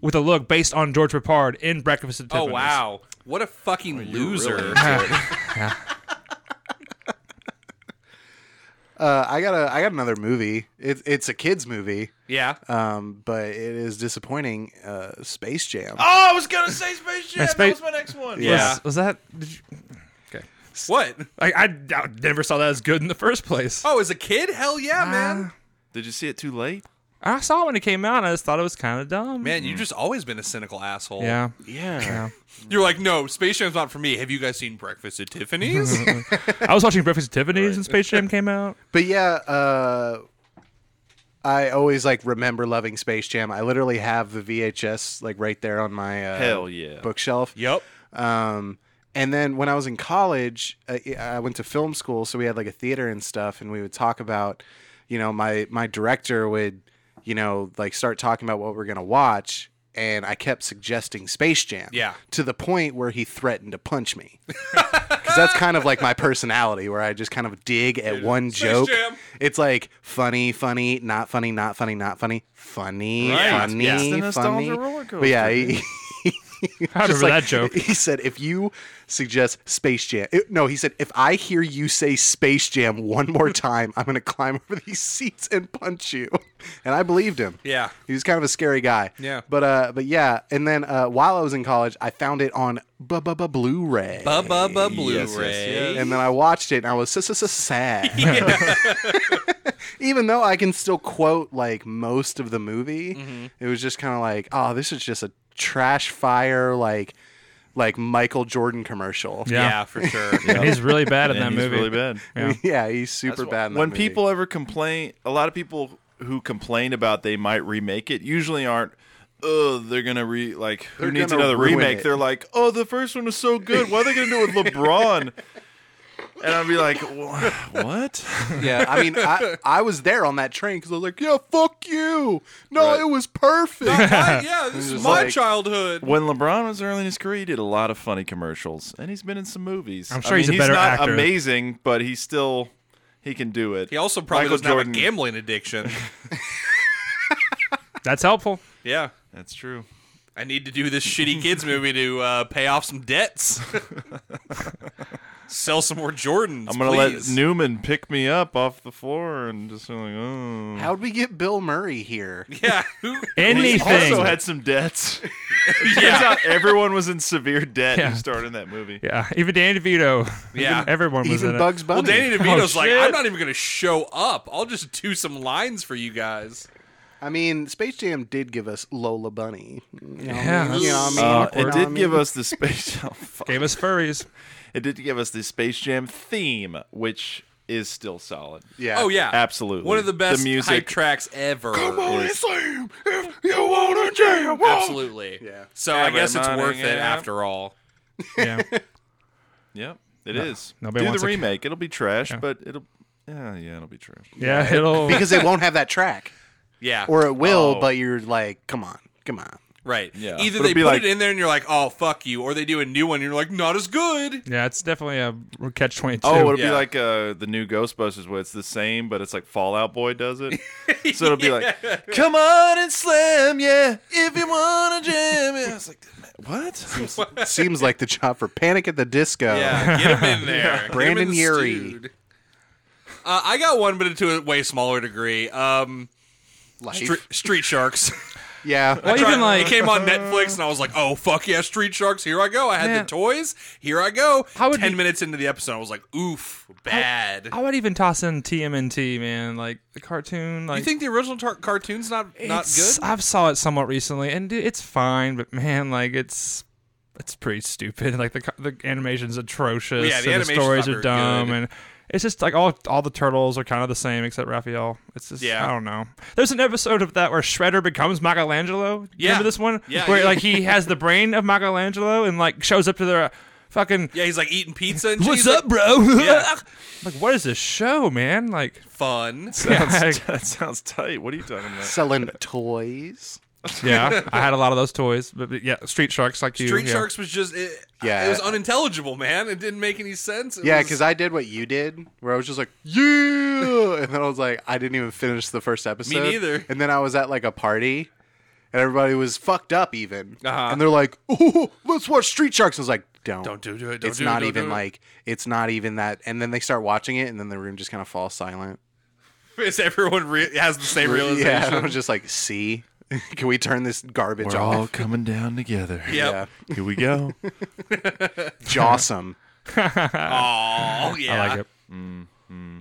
Speaker 3: with a look based on George Papard in Breakfast at
Speaker 1: oh
Speaker 3: Tiffany's.
Speaker 1: wow. What a fucking
Speaker 2: Oh,
Speaker 1: loser.
Speaker 4: Uh, I got a I got another movie. It, it's a kids movie,
Speaker 1: yeah.
Speaker 4: um, but it is disappointing. Uh, Space Jam.
Speaker 2: Oh, I was gonna say Space Jam.
Speaker 3: Space-
Speaker 2: That was my next one.
Speaker 3: Was,
Speaker 1: Yeah.
Speaker 3: was that? Did you,
Speaker 1: what?
Speaker 3: I, I, I never saw that as good in the first place.
Speaker 1: Oh, as a kid? Hell yeah, man.
Speaker 2: Did you see it too late?
Speaker 3: I saw it when it came out, and I just thought it was kind of dumb.
Speaker 1: Man,
Speaker 2: Hmm.
Speaker 1: you've just always been a cynical asshole.
Speaker 3: Yeah.
Speaker 2: Yeah.
Speaker 1: You're like, no, Space Jam's not for me. Have you guys seen Breakfast at Tiffany's?
Speaker 3: I was watching Breakfast at Tiffany's when Space Jam came out.
Speaker 4: But yeah, uh, I always like remember loving Space Jam. I literally have the VHS like right there on my uh,
Speaker 2: Hell yeah.
Speaker 4: bookshelf.
Speaker 1: yep.
Speaker 4: Um, and then when I was in college, uh, I went to film school, so we had like a theater and stuff, and we would talk about, you know, my my director would, you know, like start talking about what we're gonna watch, and I kept suggesting Space Jam.
Speaker 1: Yeah.
Speaker 4: To the point where he threatened to punch me. Because that's kind of like my personality, where I just kind of dig at one
Speaker 1: Space
Speaker 4: joke.
Speaker 1: Jam.
Speaker 4: It's like funny, funny, not funny, not funny, not funny, funny,
Speaker 2: Right.
Speaker 4: funny,
Speaker 2: Yes, the nostalgia
Speaker 4: funny.
Speaker 2: roller
Speaker 4: But yeah,
Speaker 2: coaster,
Speaker 4: he,
Speaker 3: I remember
Speaker 4: just like-
Speaker 3: that joke.
Speaker 4: He said, if you suggest Space Jam, it- no, he said, if I hear you say Space Jam one more time, I'm going to climb over these seats and punch you. And I believed him.
Speaker 1: Yeah.
Speaker 4: He was kind of a scary guy.
Speaker 1: Yeah.
Speaker 4: But uh, but yeah. And then uh, while I was in college, I found it on bu- bu- bu- Blu-ray.
Speaker 1: Bubba ba Blu-ray.
Speaker 2: Yes, yes,
Speaker 4: and then I watched it and I was so, so, so sad. Even though I can still quote like most of the movie,
Speaker 1: Mm-hmm.
Speaker 4: it was just kind of like, oh, this is just a trash fire like like Michael Jordan commercial.
Speaker 1: Yeah.
Speaker 3: Yeah.
Speaker 1: for sure.
Speaker 3: And he's really bad in that
Speaker 2: And he's
Speaker 3: movie.
Speaker 2: really bad.
Speaker 3: Yeah.
Speaker 4: Yeah, he's super bad. In that
Speaker 2: when
Speaker 4: movie.
Speaker 2: people ever complain, a lot of people who complain about they might remake it usually aren't. Ugh, they're gonna re like who
Speaker 4: They're
Speaker 2: needs
Speaker 4: gonna
Speaker 2: another
Speaker 4: ruin
Speaker 2: remake?
Speaker 4: it.
Speaker 2: They're like, oh, the first one was so good. What are they gonna do with LeBron? and I'd be like, "Wha- what?
Speaker 4: yeah, I mean, I, I was there on that train because I was like, yeah, fuck you. No,
Speaker 2: Right.
Speaker 4: it was perfect.
Speaker 1: My- yeah, this is
Speaker 4: Just
Speaker 1: my
Speaker 4: like-
Speaker 1: childhood.
Speaker 2: When LeBron was early in his career, he did a lot of funny commercials, and he's been in some movies.
Speaker 3: I'm
Speaker 2: I
Speaker 3: sure he's
Speaker 2: mean,
Speaker 3: a better
Speaker 2: not
Speaker 3: actor.
Speaker 2: Amazing, but he's still he can do it.
Speaker 1: He also probably
Speaker 2: Michael
Speaker 1: doesn't
Speaker 2: Jordan.
Speaker 1: have a gambling addiction.
Speaker 3: That's helpful.
Speaker 1: yeah.
Speaker 2: That's true.
Speaker 1: I need to do this shitty kids movie to uh, pay off some debts. Sell some more Jordans.
Speaker 2: I'm gonna
Speaker 1: please.
Speaker 2: let Newman pick me up off the floor and just like, oh.
Speaker 4: How'd we get Bill Murray here?
Speaker 1: Yeah. Who,
Speaker 3: Anything.
Speaker 2: Also had some debts. Turns out everyone was in severe debt who starred in that movie.
Speaker 3: yeah. Even Danny DeVito.
Speaker 1: Yeah.
Speaker 3: Even everyone was
Speaker 4: Even
Speaker 3: in
Speaker 4: Bugs Bunny.
Speaker 1: well, Danny DeVito's like, I'm
Speaker 2: Oh, shit.
Speaker 1: not even going to show up. I'll just do some lines for you guys.
Speaker 4: I mean, Space Jam did give us Lola Bunny. You know,
Speaker 3: Yeah,
Speaker 4: you know what
Speaker 2: Uh,
Speaker 4: I mean? You know
Speaker 2: it
Speaker 4: what I
Speaker 2: did
Speaker 4: mean?
Speaker 2: give us the space. oh, fuck.
Speaker 3: it. Gave us furries.
Speaker 2: It did give us the Space Jam theme, which is still solid.
Speaker 4: Yeah.
Speaker 1: Oh, yeah.
Speaker 2: Absolutely.
Speaker 1: One of the best
Speaker 2: The music-
Speaker 1: hype tracks ever.
Speaker 2: Sam, if you wanna jam, whoa.
Speaker 1: Absolutely.
Speaker 4: Yeah.
Speaker 1: So I guess it's worth it
Speaker 2: Yeah.
Speaker 1: after all.
Speaker 3: Yeah.
Speaker 2: Yep, it is.
Speaker 3: nobody
Speaker 2: Do
Speaker 3: wants
Speaker 2: the
Speaker 3: a-
Speaker 2: remake. It'll be trash, but it'll. Yeah, yeah, it'll be trash.
Speaker 3: Yeah. It'll.
Speaker 4: because they won't have that track,
Speaker 1: Yeah.
Speaker 4: or it will,
Speaker 2: Oh.
Speaker 4: but you're like, come on, come on.
Speaker 1: right.
Speaker 2: Yeah.
Speaker 1: Either
Speaker 2: But
Speaker 1: they
Speaker 2: it'd be
Speaker 1: put
Speaker 2: like-
Speaker 1: it in there and you're like, oh, fuck you. Or they do a new one and you're like, not as good.
Speaker 3: yeah. It's definitely a catch twenty two.
Speaker 2: Oh, it'll
Speaker 1: Yeah.
Speaker 2: be like uh, the new Ghostbusters where it's the same, but it's like Fallout Boy does it. so it'll be like, "Come on and slam, yeah, if you wanna jam." it." I was like, "What?"
Speaker 4: Seems like the job for Panic at the Disco.
Speaker 1: Yeah, get him in there. Get 'em
Speaker 4: Brandon
Speaker 1: in the
Speaker 4: Urie.
Speaker 1: stewed. Uh, I got one, but to a way smaller degree. Um,
Speaker 4: Life.
Speaker 1: stre- street sharks.
Speaker 4: Yeah.
Speaker 1: I
Speaker 3: Well,
Speaker 1: tried-
Speaker 3: even
Speaker 1: it
Speaker 3: like-
Speaker 1: came on Netflix, and I was like, "Oh fuck yeah, Street Sharks! Here I go! I had
Speaker 3: Man.
Speaker 1: the toys. Here I go!"
Speaker 3: How would
Speaker 1: Ten
Speaker 3: you-
Speaker 1: minutes into the episode, I was like, "Oof, bad."
Speaker 3: I would even toss in TMNT, man, like the cartoon. Like
Speaker 1: you think the original tar- cartoon's not not
Speaker 3: it's-
Speaker 1: good?
Speaker 3: I've saw it somewhat recently, and it- it's fine, but man, like it's it's pretty stupid. Like the co- the animation's atrocious.
Speaker 1: Yeah, the
Speaker 3: and
Speaker 1: animation's
Speaker 3: stories
Speaker 1: not very
Speaker 3: are dumb,
Speaker 1: good.
Speaker 3: and it's just like all all the turtles are kind of the same except Raphael. It's just
Speaker 1: Yeah.
Speaker 3: I don't know. There's an episode of that where Shredder becomes Michelangelo. You
Speaker 1: Yeah.
Speaker 3: Remember this one?
Speaker 1: Yeah,
Speaker 3: where
Speaker 1: yeah.
Speaker 3: like he has the brain of Michelangelo and like shows up to their uh, fucking.
Speaker 1: yeah, he's like eating pizza and
Speaker 3: What's
Speaker 1: cheese.
Speaker 3: up, bro?
Speaker 1: Yeah.
Speaker 3: like, what is this show, man? Like,
Speaker 1: Fun.
Speaker 3: yeah,
Speaker 2: that sounds tight. What are you talking about?
Speaker 4: Selling toys.
Speaker 3: yeah, I had a lot of those toys, but, but yeah, Street Sharks like you.
Speaker 1: Street
Speaker 3: yeah.
Speaker 1: Sharks was just it,
Speaker 4: Yeah.
Speaker 1: it was unintelligible, man. It didn't make any sense. It
Speaker 4: Yeah,
Speaker 1: was-
Speaker 4: because I did what you did, where I was just like, yeah, and then I was like, I didn't even finish the first episode.
Speaker 1: neither.
Speaker 4: And then I was at like a party, and everybody was fucked up even,
Speaker 1: Uh-huh.
Speaker 4: and they're like, oh, let's watch Street Sharks. I was like, don't,
Speaker 1: Don't do- do it, don't
Speaker 4: it's
Speaker 1: do it,
Speaker 4: not
Speaker 1: don't
Speaker 4: even
Speaker 1: do it.
Speaker 4: like, it's not even that. And then they start watching it, and then the room just kind of falls silent.
Speaker 1: Is everyone re- has the same realization.
Speaker 4: Yeah, and I was just like, see, can we turn this garbage
Speaker 2: We're all
Speaker 4: off?
Speaker 2: coming down together.
Speaker 1: Yep.
Speaker 2: Here we go.
Speaker 4: Jawsome.
Speaker 1: Oh yeah.
Speaker 3: I like it. Mm-hmm.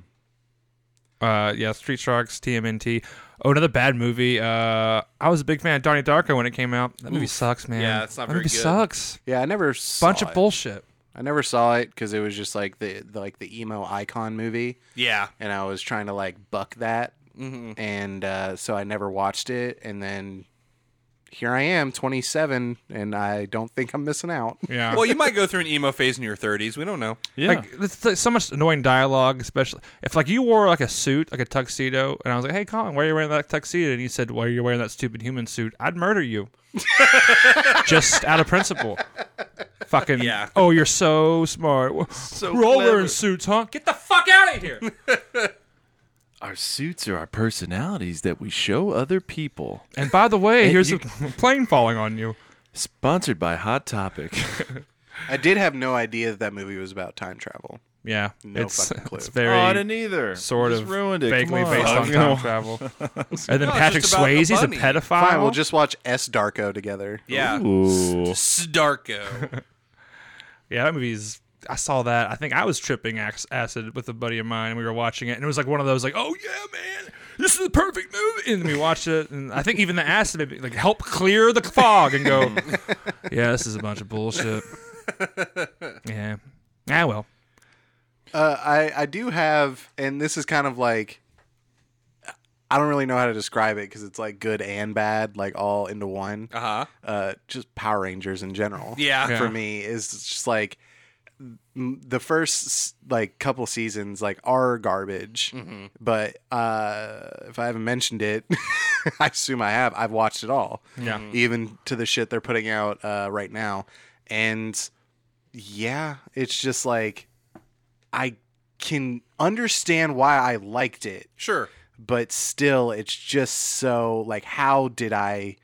Speaker 3: Uh, yeah, Street Sharks, TMNT. Oh, another bad movie. Uh, I was a big fan of Donnie Darko when it came out. That movie sucks, man.
Speaker 1: Yeah, it's not
Speaker 3: that
Speaker 1: very
Speaker 3: movie
Speaker 1: good.
Speaker 3: sucks.
Speaker 4: Yeah, I never saw
Speaker 3: Bunch of
Speaker 4: it.
Speaker 3: bullshit.
Speaker 4: I never saw it because it was just like the, the like the emo icon movie.
Speaker 1: Yeah.
Speaker 4: and I was trying to like buck that, and uh, so I never watched it. And then here I am, 27, and I don't think I'm missing out.
Speaker 3: Yeah.
Speaker 1: Well, you might go through an emo phase in your 30s. We don't know.
Speaker 2: Yeah.
Speaker 3: Like it's like so much annoying dialogue, especially if like you wore like a suit, like a tuxedo, and I was like, "Hey, Colin, why are you wearing that tuxedo?" And you said, "Why are you wearing that stupid human suit?" I'd murder you, just out of principle. Fucking
Speaker 1: Yeah.
Speaker 3: Oh, you're so smart.
Speaker 2: So
Speaker 3: We're all
Speaker 2: clever.
Speaker 3: wearing suits, huh? Get the fuck out of here.
Speaker 2: Our suits are our personalities that we show other people.
Speaker 3: and by the way, here's
Speaker 2: you-
Speaker 3: a plane falling on you.
Speaker 2: Sponsored by Hot Topic.
Speaker 4: I did have no idea that that movie was about time travel.
Speaker 3: Yeah,
Speaker 4: No
Speaker 3: it's
Speaker 4: fucking clue.
Speaker 3: it's
Speaker 2: oh,
Speaker 3: very
Speaker 2: I didn't either.
Speaker 3: sort
Speaker 2: Just
Speaker 3: of
Speaker 2: ruined it.
Speaker 3: vaguely
Speaker 2: Come
Speaker 3: based on
Speaker 2: You
Speaker 3: time
Speaker 2: know,
Speaker 3: travel. and then
Speaker 1: No, it's
Speaker 3: Patrick
Speaker 1: just about the
Speaker 3: Swayze, he's a
Speaker 1: bunny.
Speaker 3: pedophile.
Speaker 4: Fine, we'll just watch S Darko together.
Speaker 1: Yeah.
Speaker 2: Ooh.
Speaker 1: Starko.
Speaker 3: Yeah, that movie's. I saw that. I think I was tripping ac- acid with a buddy of mine, and we were watching it, and it was like one of those like, "Oh yeah, man, this is the perfect movie." And we watched it, and I think even the acid maybe like help clear the fog and go, "Yeah, this is a bunch of bullshit." Yeah. Ah well.
Speaker 4: Uh, I I do have, and this is kind of like. I don't really know how to describe it because it's like good and bad, like all into one.
Speaker 1: Uh huh.
Speaker 4: uh, just Power Rangers in general.
Speaker 1: Yeah.
Speaker 3: Yeah.
Speaker 4: for me is just like m- the first s- like couple seasons like are garbage, but uh, if I haven't mentioned it, I assume I have. I've watched it all.
Speaker 3: Yeah.
Speaker 4: even to the shit they're putting out uh, right now, and yeah, it's just like I can understand why I liked it
Speaker 1: Sure.
Speaker 4: but still it's just so like how did i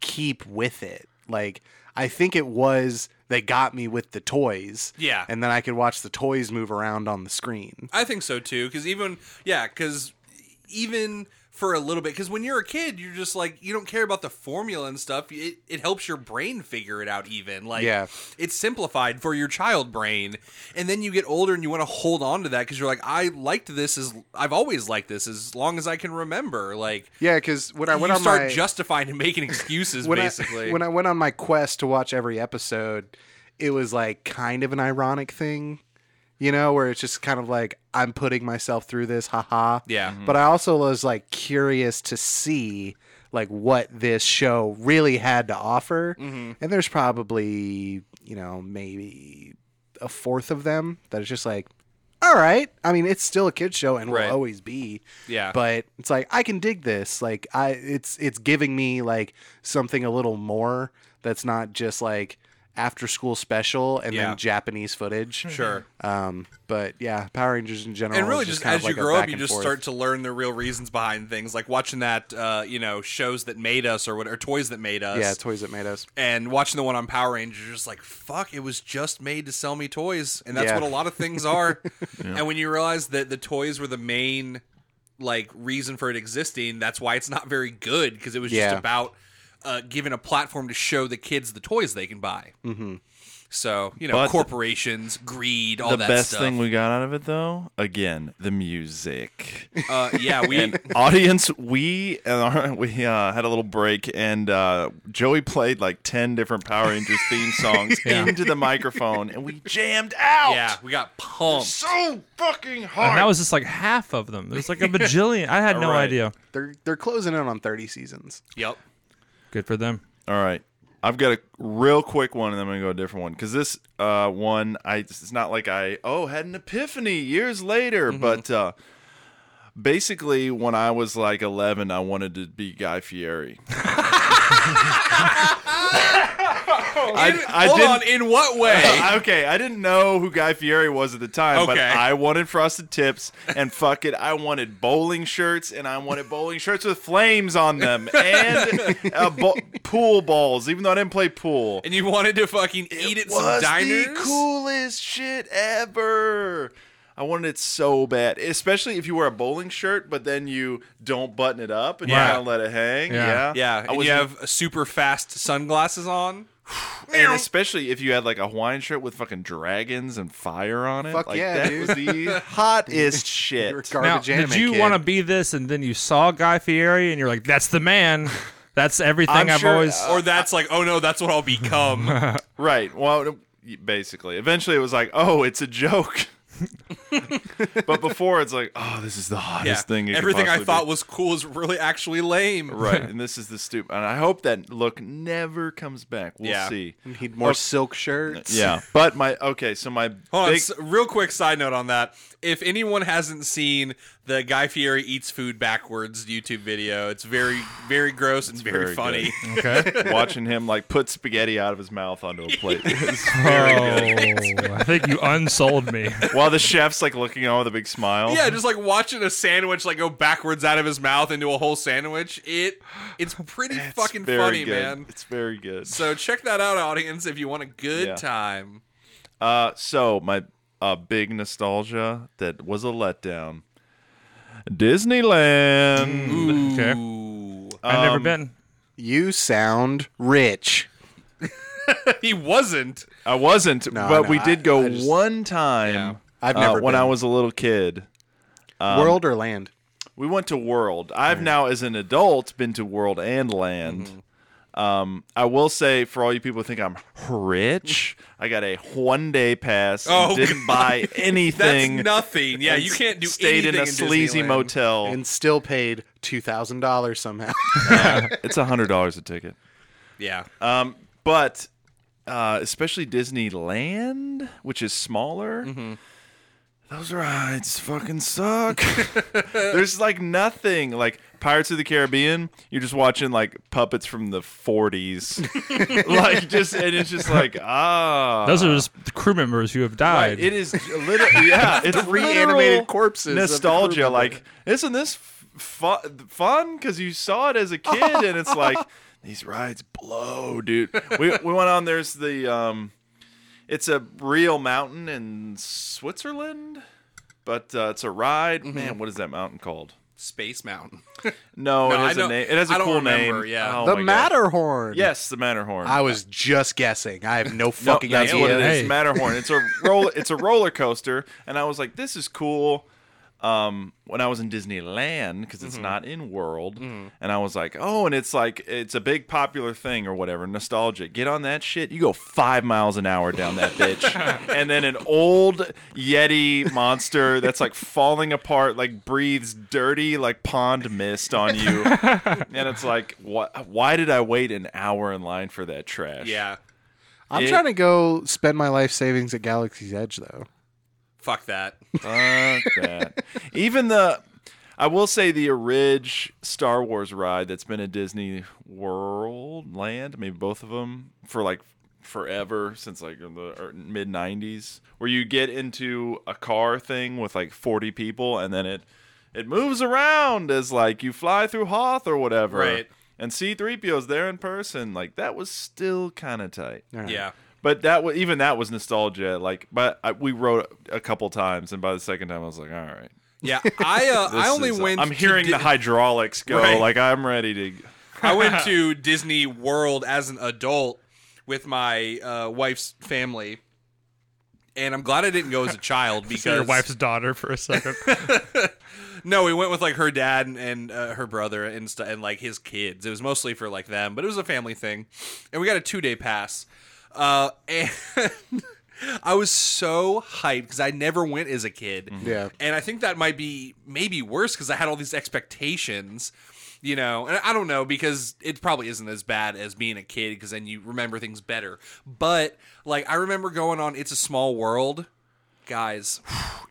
Speaker 4: keep with it like i think it was they got me with the toys
Speaker 1: Yeah.
Speaker 4: and then i could watch the toys move around on the screen
Speaker 1: I think so too. Because even yeah, because even for a little bit, because when you're a kid, you're just like you don't care about the formula and stuff. It it helps your brain figure it out. Even like
Speaker 4: Yeah.
Speaker 1: it's simplified for your child brain, and then you get older and you want to hold on to that because you're like, I liked this as I've always liked this as long as I can remember. Like
Speaker 4: yeah because when i
Speaker 1: you
Speaker 4: went on
Speaker 1: start
Speaker 4: my
Speaker 1: justifying and making excuses
Speaker 4: when
Speaker 1: basically.
Speaker 4: I, when I went on my quest to watch every episode, it was like kind of an ironic thing, you know, where it's just kind of like I'm putting myself through this, haha.
Speaker 1: Yeah. Mhm.
Speaker 4: But I also was like curious to see like what this show really had to offer,
Speaker 1: Mm-hmm.
Speaker 4: and there's probably you know maybe a fourth of them that is just like. All right. I mean, it's still a kids show and
Speaker 1: Right.
Speaker 4: will always be
Speaker 1: yeah,
Speaker 4: but it's like I can dig this. Like I, it's it's giving me like something a little more that's not just like after school special and
Speaker 1: Yeah.
Speaker 4: then Japanese footage.
Speaker 1: sure.
Speaker 4: Um, but yeah, Power Rangers in general,
Speaker 1: and really
Speaker 4: is
Speaker 1: just,
Speaker 4: Oh, just, kind
Speaker 1: as
Speaker 4: of like
Speaker 1: you
Speaker 4: a
Speaker 1: grow up
Speaker 4: back
Speaker 1: you
Speaker 4: and
Speaker 1: just
Speaker 4: forth.
Speaker 1: start to learn the real reasons behind things like watching that uh, you know shows that made us or what or toys that made us
Speaker 4: Yeah, toys that made us.
Speaker 1: and watching the one on power rangers you're just like fuck it was just made to sell me toys and that's
Speaker 4: Yeah.
Speaker 1: what a lot of things are and when you realize that the toys were the main like reason for it existing that's why it's not very good because it was
Speaker 4: Yeah.
Speaker 1: just about uh, given a platform to show the kids the toys they can buy. Mm-hmm. So you know,
Speaker 2: But-
Speaker 1: corporations, greed, all
Speaker 2: the
Speaker 1: that
Speaker 2: best
Speaker 1: stuff.
Speaker 2: thing we got out of it, though, again, the music.
Speaker 1: uh, yeah, we
Speaker 2: Audience, we uh, we uh, had a little break, and uh, Joey played like ten different Power Rangers theme songs into the microphone, and we jammed out.
Speaker 1: yeah we got pumped.
Speaker 2: so fucking hard.
Speaker 3: And that was just like half of them. There's like a bajillion. I had no
Speaker 2: Right.
Speaker 3: idea.
Speaker 4: They're they're closing in on 30 seasons.
Speaker 1: Yep.
Speaker 3: Good for them.
Speaker 2: All right. I've got a real quick one, and then I'm gonna go a different one because this uh, one, I it's not like I oh had an epiphany years later,
Speaker 1: Mm-hmm.
Speaker 2: but uh, basically when I was like 11, I wanted to be Guy Fieri.
Speaker 1: In-
Speaker 2: I
Speaker 1: hold
Speaker 2: didn't-
Speaker 1: on, in what way?
Speaker 2: okay, I didn't know who Guy Fieri was at the time, but
Speaker 1: Okay.
Speaker 2: I wanted frosted tips and fuck it, I wanted bowling shirts and I wanted bowling shirts with flames on them and uh, bo- pool balls, even though I didn't play pool.
Speaker 1: and you wanted to fucking eat at some
Speaker 2: was
Speaker 1: diners?
Speaker 2: the coolest shit ever. I wanted it so bad, especially if you wear a bowling shirt, but then you don't button it up and
Speaker 1: Yeah.
Speaker 2: you kind of let it hang.
Speaker 3: Yeah.
Speaker 2: Yeah,
Speaker 1: Yeah,
Speaker 2: I
Speaker 1: and
Speaker 2: was,
Speaker 1: you have super fast sunglasses on.
Speaker 2: and especially if you had like a Hawaiian shirt with fucking dragons and fire on it.
Speaker 4: Fuck
Speaker 2: like,
Speaker 4: yeah,
Speaker 2: that
Speaker 4: dude.
Speaker 2: was the hottest shit.
Speaker 4: You're a
Speaker 3: Now,
Speaker 4: garbage
Speaker 3: did
Speaker 4: anime
Speaker 3: you
Speaker 4: kid.
Speaker 3: want to be this, and then you saw Guy Fieri, and you're like, "That's the man. That's everything
Speaker 2: I'm
Speaker 3: I've
Speaker 2: sure-
Speaker 3: always."
Speaker 1: Or that's like, oh no, that's what I'll become.
Speaker 2: Right. Well, it- basically, eventually it was like, oh, it's a joke. but before it's like, oh, this is the
Speaker 1: yeah.
Speaker 2: hottest thing. it could
Speaker 1: Everything I
Speaker 2: possibly be."
Speaker 1: thought was cool is really actually lame.
Speaker 2: Right, and this is the stupid. And I hope that look never comes back. We'll
Speaker 1: Yeah.
Speaker 2: see.
Speaker 4: Need more silk shirts.
Speaker 2: Yeah, but my okay. So my
Speaker 1: Hold on,
Speaker 2: big,
Speaker 1: s- real quick side note on that. If anyone hasn't seen the Guy Fieri eats food backwards YouTube video, it's very, very gross and very,
Speaker 2: very
Speaker 1: funny.
Speaker 3: okay.
Speaker 2: watching him like put spaghetti out of his mouth onto a plate.
Speaker 3: Oh, I think you unsold me.
Speaker 2: While the chef's like looking on with a big smile.
Speaker 1: yeah, just like watching a sandwich like go backwards out of his mouth into a whole sandwich. It, it's pretty
Speaker 2: It's
Speaker 1: fucking
Speaker 2: very
Speaker 1: funny,
Speaker 2: good.
Speaker 1: man.
Speaker 2: It's very good.
Speaker 1: So check that out, audience, if you want a good
Speaker 2: Yeah.
Speaker 1: time.
Speaker 2: Uh, so my uh, big nostalgia that was a letdown. Disneyland.
Speaker 3: Okay. Um,
Speaker 1: Ooh.
Speaker 3: I've never been.
Speaker 4: You sound rich.
Speaker 1: he wasn't.
Speaker 2: I wasn't,
Speaker 4: No,
Speaker 2: but
Speaker 4: no,
Speaker 2: we
Speaker 4: I-
Speaker 2: did go
Speaker 4: I just-
Speaker 2: one time.
Speaker 1: Yeah.
Speaker 4: I've
Speaker 2: uh,
Speaker 4: never
Speaker 2: when I
Speaker 4: been.
Speaker 2: was a little kid.
Speaker 3: Um,
Speaker 4: World or land?
Speaker 2: We went to World. I've now, as an adult, been to World and Land. Um, I will say, for all you people who think I'm rich, I got a one day pass. and
Speaker 1: Oh,
Speaker 2: didn't buy
Speaker 1: That's
Speaker 2: anything.
Speaker 1: nothing. Yeah,
Speaker 2: and
Speaker 1: you can't do
Speaker 2: Stayed in
Speaker 1: anything
Speaker 2: a sleazy
Speaker 1: Disneyland.
Speaker 2: motel.
Speaker 4: And still paid two thousand dollars somehow.
Speaker 2: it's a hundred dollars a ticket.
Speaker 1: Yeah.
Speaker 2: Um, but uh, especially Disneyland, which is smaller. Those rides fucking suck. There's like nothing. Like Pirates of the Caribbean, you're just watching like puppets from the 40s. like just and it's just like ah.
Speaker 3: Those are just the crew members who have died.
Speaker 2: It is literally yeah, it's
Speaker 4: reanimated
Speaker 2: literal
Speaker 4: corpses of the crew
Speaker 2: Nostalgia,
Speaker 4: member.
Speaker 2: like isn't this fun? Fun because you saw it as a kid, and it's like these rides blow, dude. We we went on. There's the um, it's a real mountain in Switzerland, but uh, it's a ride. Man, what is that mountain called?
Speaker 1: Space Mountain.
Speaker 2: No,
Speaker 1: No,
Speaker 2: it
Speaker 1: I
Speaker 2: has a
Speaker 1: don't-
Speaker 2: name. It has a
Speaker 1: I don't
Speaker 2: cool
Speaker 1: remember,
Speaker 2: name.
Speaker 1: yeah.
Speaker 2: Oh
Speaker 4: the
Speaker 2: my God.
Speaker 4: Matterhorn.
Speaker 2: Yes, the Matterhorn.
Speaker 4: I was just guessing. I have no
Speaker 2: No,
Speaker 4: fucking
Speaker 2: that's
Speaker 4: idea.
Speaker 2: what it is.
Speaker 3: Hey.
Speaker 2: Matterhorn. It's a roller. It's a roller coaster, and I was like, "This is cool." Um, when I was in Disneyland, because
Speaker 4: Mm-hmm.
Speaker 2: it's not in World, and I was like, "Oh," and it's like it's a big popular thing or whatever, nostalgia. Get on that shit. You go five miles an hour down that bitch, and then an old Yeti monster that's like falling apart, like breathes dirty like pond mist on you, and it's like, what? Why did I wait an hour in line for that trash?
Speaker 1: Yeah.
Speaker 4: I'm
Speaker 2: It-
Speaker 4: trying to go spend my life savings at Galaxy's Edge though.
Speaker 1: Fuck that.
Speaker 2: Fuck that. Even the, I will say the Ridge Star Wars ride that's been at Disney World Land, maybe both of them for like forever since like the mid '90s, where you get into a car thing with like 40 people, and then it it moves around as like you fly through Hoth or whatever.
Speaker 1: Right.
Speaker 2: And C-3PO's there in person. Like that was still kind of tight.
Speaker 4: All right.
Speaker 1: Yeah.
Speaker 2: But that wa even that was nostalgia. Like, but I, we rode a couple times, and by the second time, I was like, all right.
Speaker 1: Yeah. I uh, I
Speaker 2: this
Speaker 1: only
Speaker 2: is-
Speaker 1: went
Speaker 2: I'm hearing
Speaker 1: to
Speaker 2: the
Speaker 1: Di-
Speaker 2: hydraulics go.
Speaker 1: Right.
Speaker 2: Like, I'm ready to.
Speaker 1: I went to Disney World as an adult with my uh, wife's family, and I'm glad I didn't go as a child because
Speaker 3: your wife's daughter for a second.
Speaker 1: no, we went with like her dad and, and uh, her brother and stu- and like his kids. It was mostly for like them, but it was a family thing, and we got a two day pass. Uh, and I was so hyped because I never went as a kid.
Speaker 4: Yeah.
Speaker 1: and I think that might be maybe worse because I had all these expectations. You know, and I don't know because it probably isn't as bad as being a kid because then you remember things better. But like, I remember going on "It's a Small World," guys.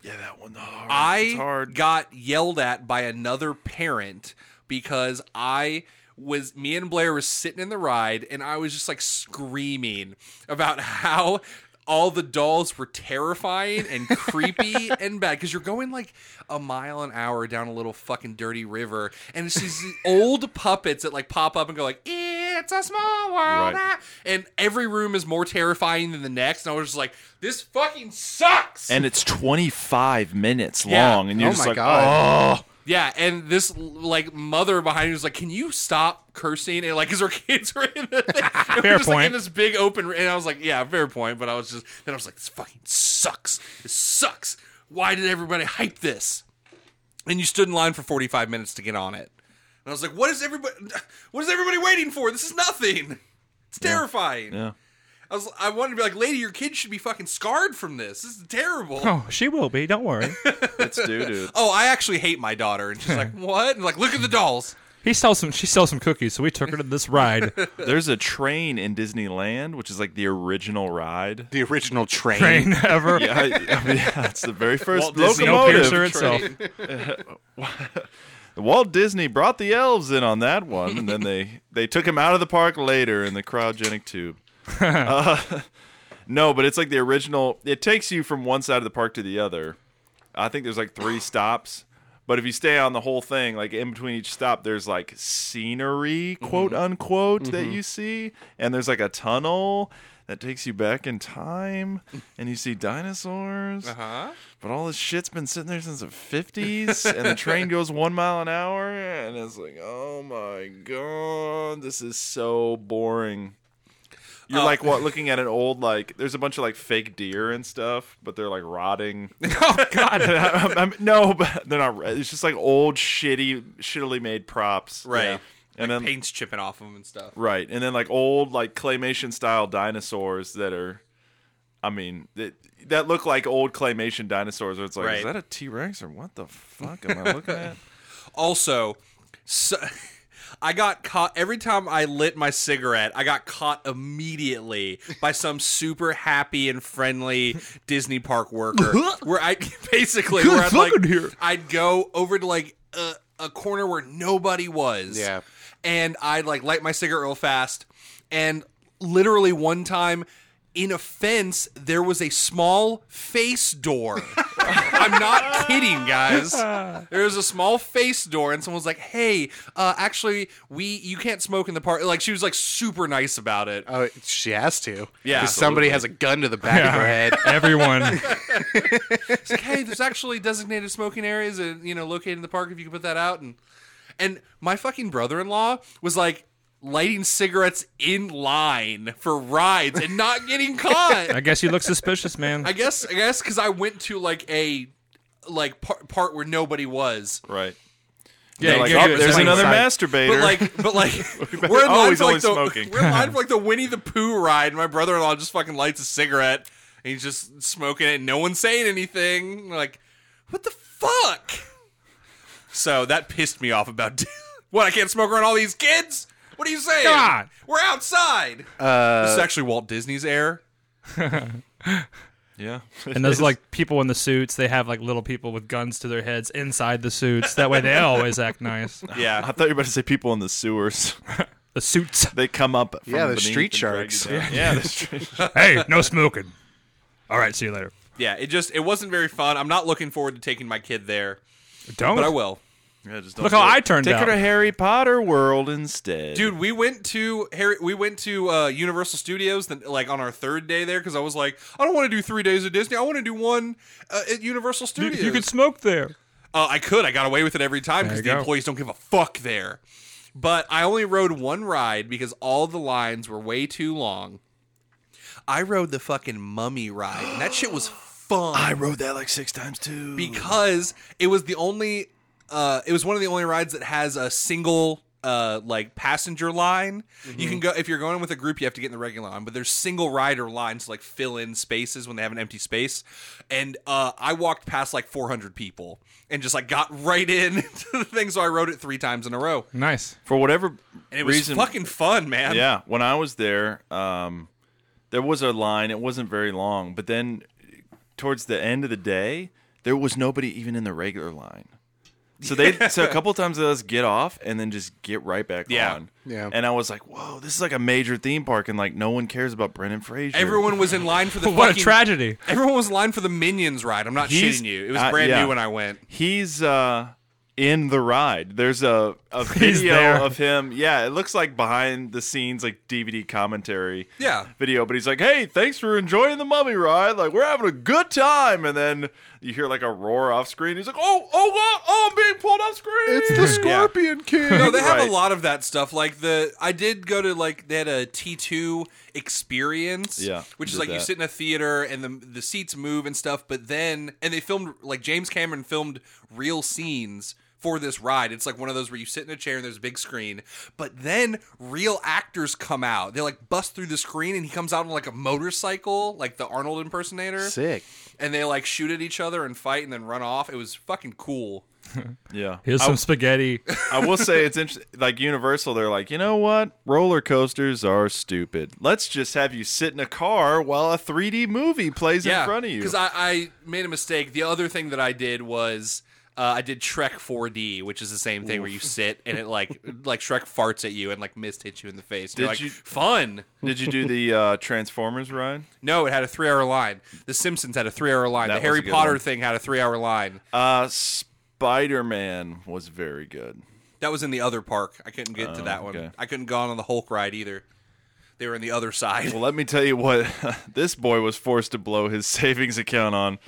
Speaker 2: Yeah, that one.
Speaker 1: I
Speaker 2: hard.
Speaker 1: got yelled at by another parent because I was me and Blair was sitting in the ride and I was just like screaming about how all the dolls were terrifying and creepy and bad because you're going like a mile an hour down a little fucking dirty river and it's these old puppets that like pop up and go like it's a small world
Speaker 2: Right.
Speaker 1: ah," and every room is more terrifying than the next and I was just like this fucking sucks
Speaker 2: and it's 25 minutes
Speaker 1: Yeah.
Speaker 2: long, and you're
Speaker 4: oh
Speaker 2: just
Speaker 4: my
Speaker 2: like,
Speaker 4: god.
Speaker 1: Yeah, and this like mother behind me was like, "Can you stop cursing?" And like, because her kids were in the thing. And we're
Speaker 3: Fair
Speaker 1: just, like, in
Speaker 3: point.
Speaker 1: this big open, and I was like, "Yeah, fair point." But I was just then I was like, "This fucking sucks. This sucks. Why did everybody hype this?" And you stood in line for forty five minutes to get on it, and I was like, "What is everybody? What is everybody waiting for? This is nothing. It's terrifying."
Speaker 2: Yeah.
Speaker 1: I was I wanted to be like, "Lady, your kids should be fucking scarred from this. This is terrible."
Speaker 3: oh, she will be. Don't worry.
Speaker 2: oh, it's doo doo.
Speaker 1: oh, I actually hate my daughter. And she's like, what? And like, look at the dolls.
Speaker 3: He sells some. She sells some cookies, so we took her to this ride.
Speaker 2: There's a train in Disneyland, which is like the original ride.
Speaker 4: The original train.
Speaker 3: Train ever.
Speaker 2: Yeah, I, I mean, yeah, it's the very first
Speaker 3: Walt Disney
Speaker 2: locomotive.
Speaker 3: Snowpiercer itself.
Speaker 2: Walt Disney brought the elves in on that one, and then they they took him out of the park later in the cryogenic tube. Uh, no, but it's like the original. It takes you from one side of the park to the other. I think there's like three stops. But if you stay on the whole thing, like in between each stop, there's like scenery, quote unquote, that you see. And there's like a tunnel that takes you back in time. And you see dinosaurs.
Speaker 1: Huh?
Speaker 2: But all this shit's been sitting there since the 50s, and the train goes one mile an hour, and it's like, oh my god, this is so boring. You're
Speaker 3: Oh.
Speaker 1: Uh,
Speaker 2: like what looking at an old like there's a bunch of like fake deer and stuff, but they're like rotting.
Speaker 3: Oh God.
Speaker 2: And I- I'm- I'm- no, but they're not. ro- It's just like old shitty, shittily made props,
Speaker 1: Right.
Speaker 2: Yeah. And then
Speaker 1: Paint's chipping off them and stuff.
Speaker 2: Right, and then like old like claymation style dinosaurs that are, I mean that that look like old claymation dinosaurs. Where it's like,
Speaker 1: Right.
Speaker 2: is that a T Rex or what the fuck am I looking at?
Speaker 1: Also, so, I got caught every time I lit my cigarette. I got caught immediately by some super happy and friendly Disney park worker. where I basically where I'd like
Speaker 3: fucking here.
Speaker 1: I'd go over to like a, a corner where nobody was.
Speaker 4: Yeah.
Speaker 1: And I'd like light my cigarette real fast. And literally one time in a fence, there was a small face door. I'm not kidding, guys. There was a small face door, and someone was like, "Hey, uh, actually, we you can't smoke in the park." Like she was like super nice about it.
Speaker 4: Oh, she has to.
Speaker 1: Yeah,
Speaker 4: 'Cause somebody has a gun to the back of her head.
Speaker 3: Everyone.
Speaker 1: It's like, hey, there's actually designated smoking areas, and you know, located in the park if you can put that out. And and my fucking brother-in-law was like lighting cigarettes in line for rides and not getting
Speaker 3: I
Speaker 1: caught.
Speaker 3: guess you look suspicious, man.
Speaker 1: I guess, I guess, because I went to like a like par- part where nobody was.
Speaker 2: Right.
Speaker 3: Yeah,
Speaker 2: They're like,
Speaker 3: give
Speaker 2: oh,
Speaker 3: you a
Speaker 2: there's
Speaker 3: plain
Speaker 2: another
Speaker 3: sight.
Speaker 2: masturbator.
Speaker 1: But like, but like, we're in
Speaker 2: Oh,
Speaker 1: line
Speaker 2: he's
Speaker 1: for like
Speaker 2: only
Speaker 1: the
Speaker 2: smoking.
Speaker 1: we're in line for like the Winnie the Pooh ride, and my brother-in-law just fucking lights a cigarette and he's just smoking it, and no one's saying anything. Like, what the fuck? So that pissed me off about what I can't smoke around all these kids. What are you saying?
Speaker 3: God.
Speaker 1: We're outside. Uh, this is actually Walt Disney's air.
Speaker 2: yeah.
Speaker 3: And those like people in the suits, they have like little people with guns to their heads inside the suits. That way, they always act nice.
Speaker 2: I
Speaker 1: Yeah,
Speaker 2: thought you were about to say people in the sewers.
Speaker 3: The suits.
Speaker 2: they come up. From
Speaker 4: Yeah, the
Speaker 2: beneath
Speaker 4: street
Speaker 2: and drag you
Speaker 4: sharks.
Speaker 2: down. Yeah, the street.
Speaker 3: hey, no smoking. All right, see you later.
Speaker 1: yeah. It just it wasn't very fun. I'm not looking forward to taking my kid there,
Speaker 3: Don't.
Speaker 1: but I will.
Speaker 2: Yeah, just don't
Speaker 3: Look how
Speaker 2: do it.
Speaker 3: I turned
Speaker 2: Take
Speaker 3: out.
Speaker 2: her to Harry Potter World instead,
Speaker 1: Dude, we went to Harry. We went to uh, Universal Studios, then like on our third day there, because I was like, I don't want to do three days at Disney. I want to do one uh, at Universal
Speaker 3: You,
Speaker 1: Studios.
Speaker 3: you could smoke there.
Speaker 1: uh, I could. I got away with it every time
Speaker 3: There
Speaker 1: because
Speaker 3: you
Speaker 1: the
Speaker 3: go.
Speaker 1: employees don't give a fuck there. But I only rode one ride because all the lines were way too long. I rode the fucking mummy ride, and that shit was fun.
Speaker 2: rode that like six times too.
Speaker 1: because it was the only uh it was one of the only rides that has a single uh like passenger line you
Speaker 2: Mm-hmm.
Speaker 1: can go if you're going with a group you have to get in the regular line but there's single rider lines to like fill in spaces when they have an empty space and uh i walked past like 400 people and just like got right in to the thing so i rode it three times in a row
Speaker 3: Nice.
Speaker 2: For whatever
Speaker 1: and it was
Speaker 2: reason,
Speaker 1: fucking fun man
Speaker 2: yeah. When I was there, um, there was a line. It wasn't very long, but then towards the end of the day, there was nobody even in the regular line. So they so a couple times they let us get off and then just get right back
Speaker 1: Yeah.
Speaker 2: on.
Speaker 4: Yeah.
Speaker 2: And I was like, whoa, this is like a major theme park, and like no one cares about Brendan Fraser.
Speaker 1: everyone was in line for the
Speaker 3: What
Speaker 1: fucking,
Speaker 3: a tragedy.
Speaker 1: everyone was in line for the minions ride i'm not
Speaker 2: He's-
Speaker 1: shitting you it was
Speaker 2: uh,
Speaker 1: brand
Speaker 2: yeah.
Speaker 1: new when i went
Speaker 2: he's uh in the ride. There's a, a
Speaker 3: He's there.
Speaker 2: video of him. Yeah, it looks like behind the scenes like DVD commentary.
Speaker 1: Yeah.
Speaker 2: Video, but he's like, "Hey, thanks for enjoying the mummy ride. Like we're having a good time." And then you hear like a roar off screen. He's like, "Oh, oh, oh, oh I'm being pulled off screen." Yeah.
Speaker 4: King.
Speaker 1: No, they have
Speaker 2: Right.
Speaker 1: a lot of that stuff. Like the I did go to like they had a T two experience.
Speaker 2: Yeah,
Speaker 1: Which is
Speaker 2: did
Speaker 1: like you
Speaker 2: that.
Speaker 1: sit in a theater and the the seats move and stuff, but then and they filmed like James Cameron filmed real scenes for this ride. It's like one of those where you sit in a chair and there's a big screen, but then real actors come out. They like bust through the screen and he comes out on like a motorcycle, like the Arnold impersonator.
Speaker 4: Sick.
Speaker 1: And they like shoot at each other and fight and then run off. It was fucking cool.
Speaker 2: Yeah.
Speaker 3: Here's
Speaker 2: I-
Speaker 3: some spaghetti.
Speaker 2: I will say it's interesting. Like Universal, they're like, you know what? Roller coasters are stupid. Let's just have you sit in a car while a 3D movie plays in front of you.
Speaker 1: Because I, I made a mistake. The other thing that I did was uh, I did Shrek 4D, which is the same thing where you sit and it like like Shrek farts at you and like mist hits you in the face. Did
Speaker 2: Did
Speaker 1: like,
Speaker 2: you-
Speaker 1: fun?
Speaker 2: Did you do the uh, Transformers ride?
Speaker 1: No, it had a three hour line. The Simpsons had a three hour line.
Speaker 2: That
Speaker 1: the
Speaker 2: was
Speaker 1: Harry
Speaker 2: a good
Speaker 1: Potter
Speaker 2: one.
Speaker 1: thing had a three hour line.
Speaker 2: Uh, Spider Man was very good.
Speaker 1: That was in the other park. I couldn't get to that one.
Speaker 2: Oh, okay.
Speaker 1: I couldn't go on the Hulk ride either. They were on the other side.
Speaker 2: Well, let me tell you what this boy was forced to blow his savings account on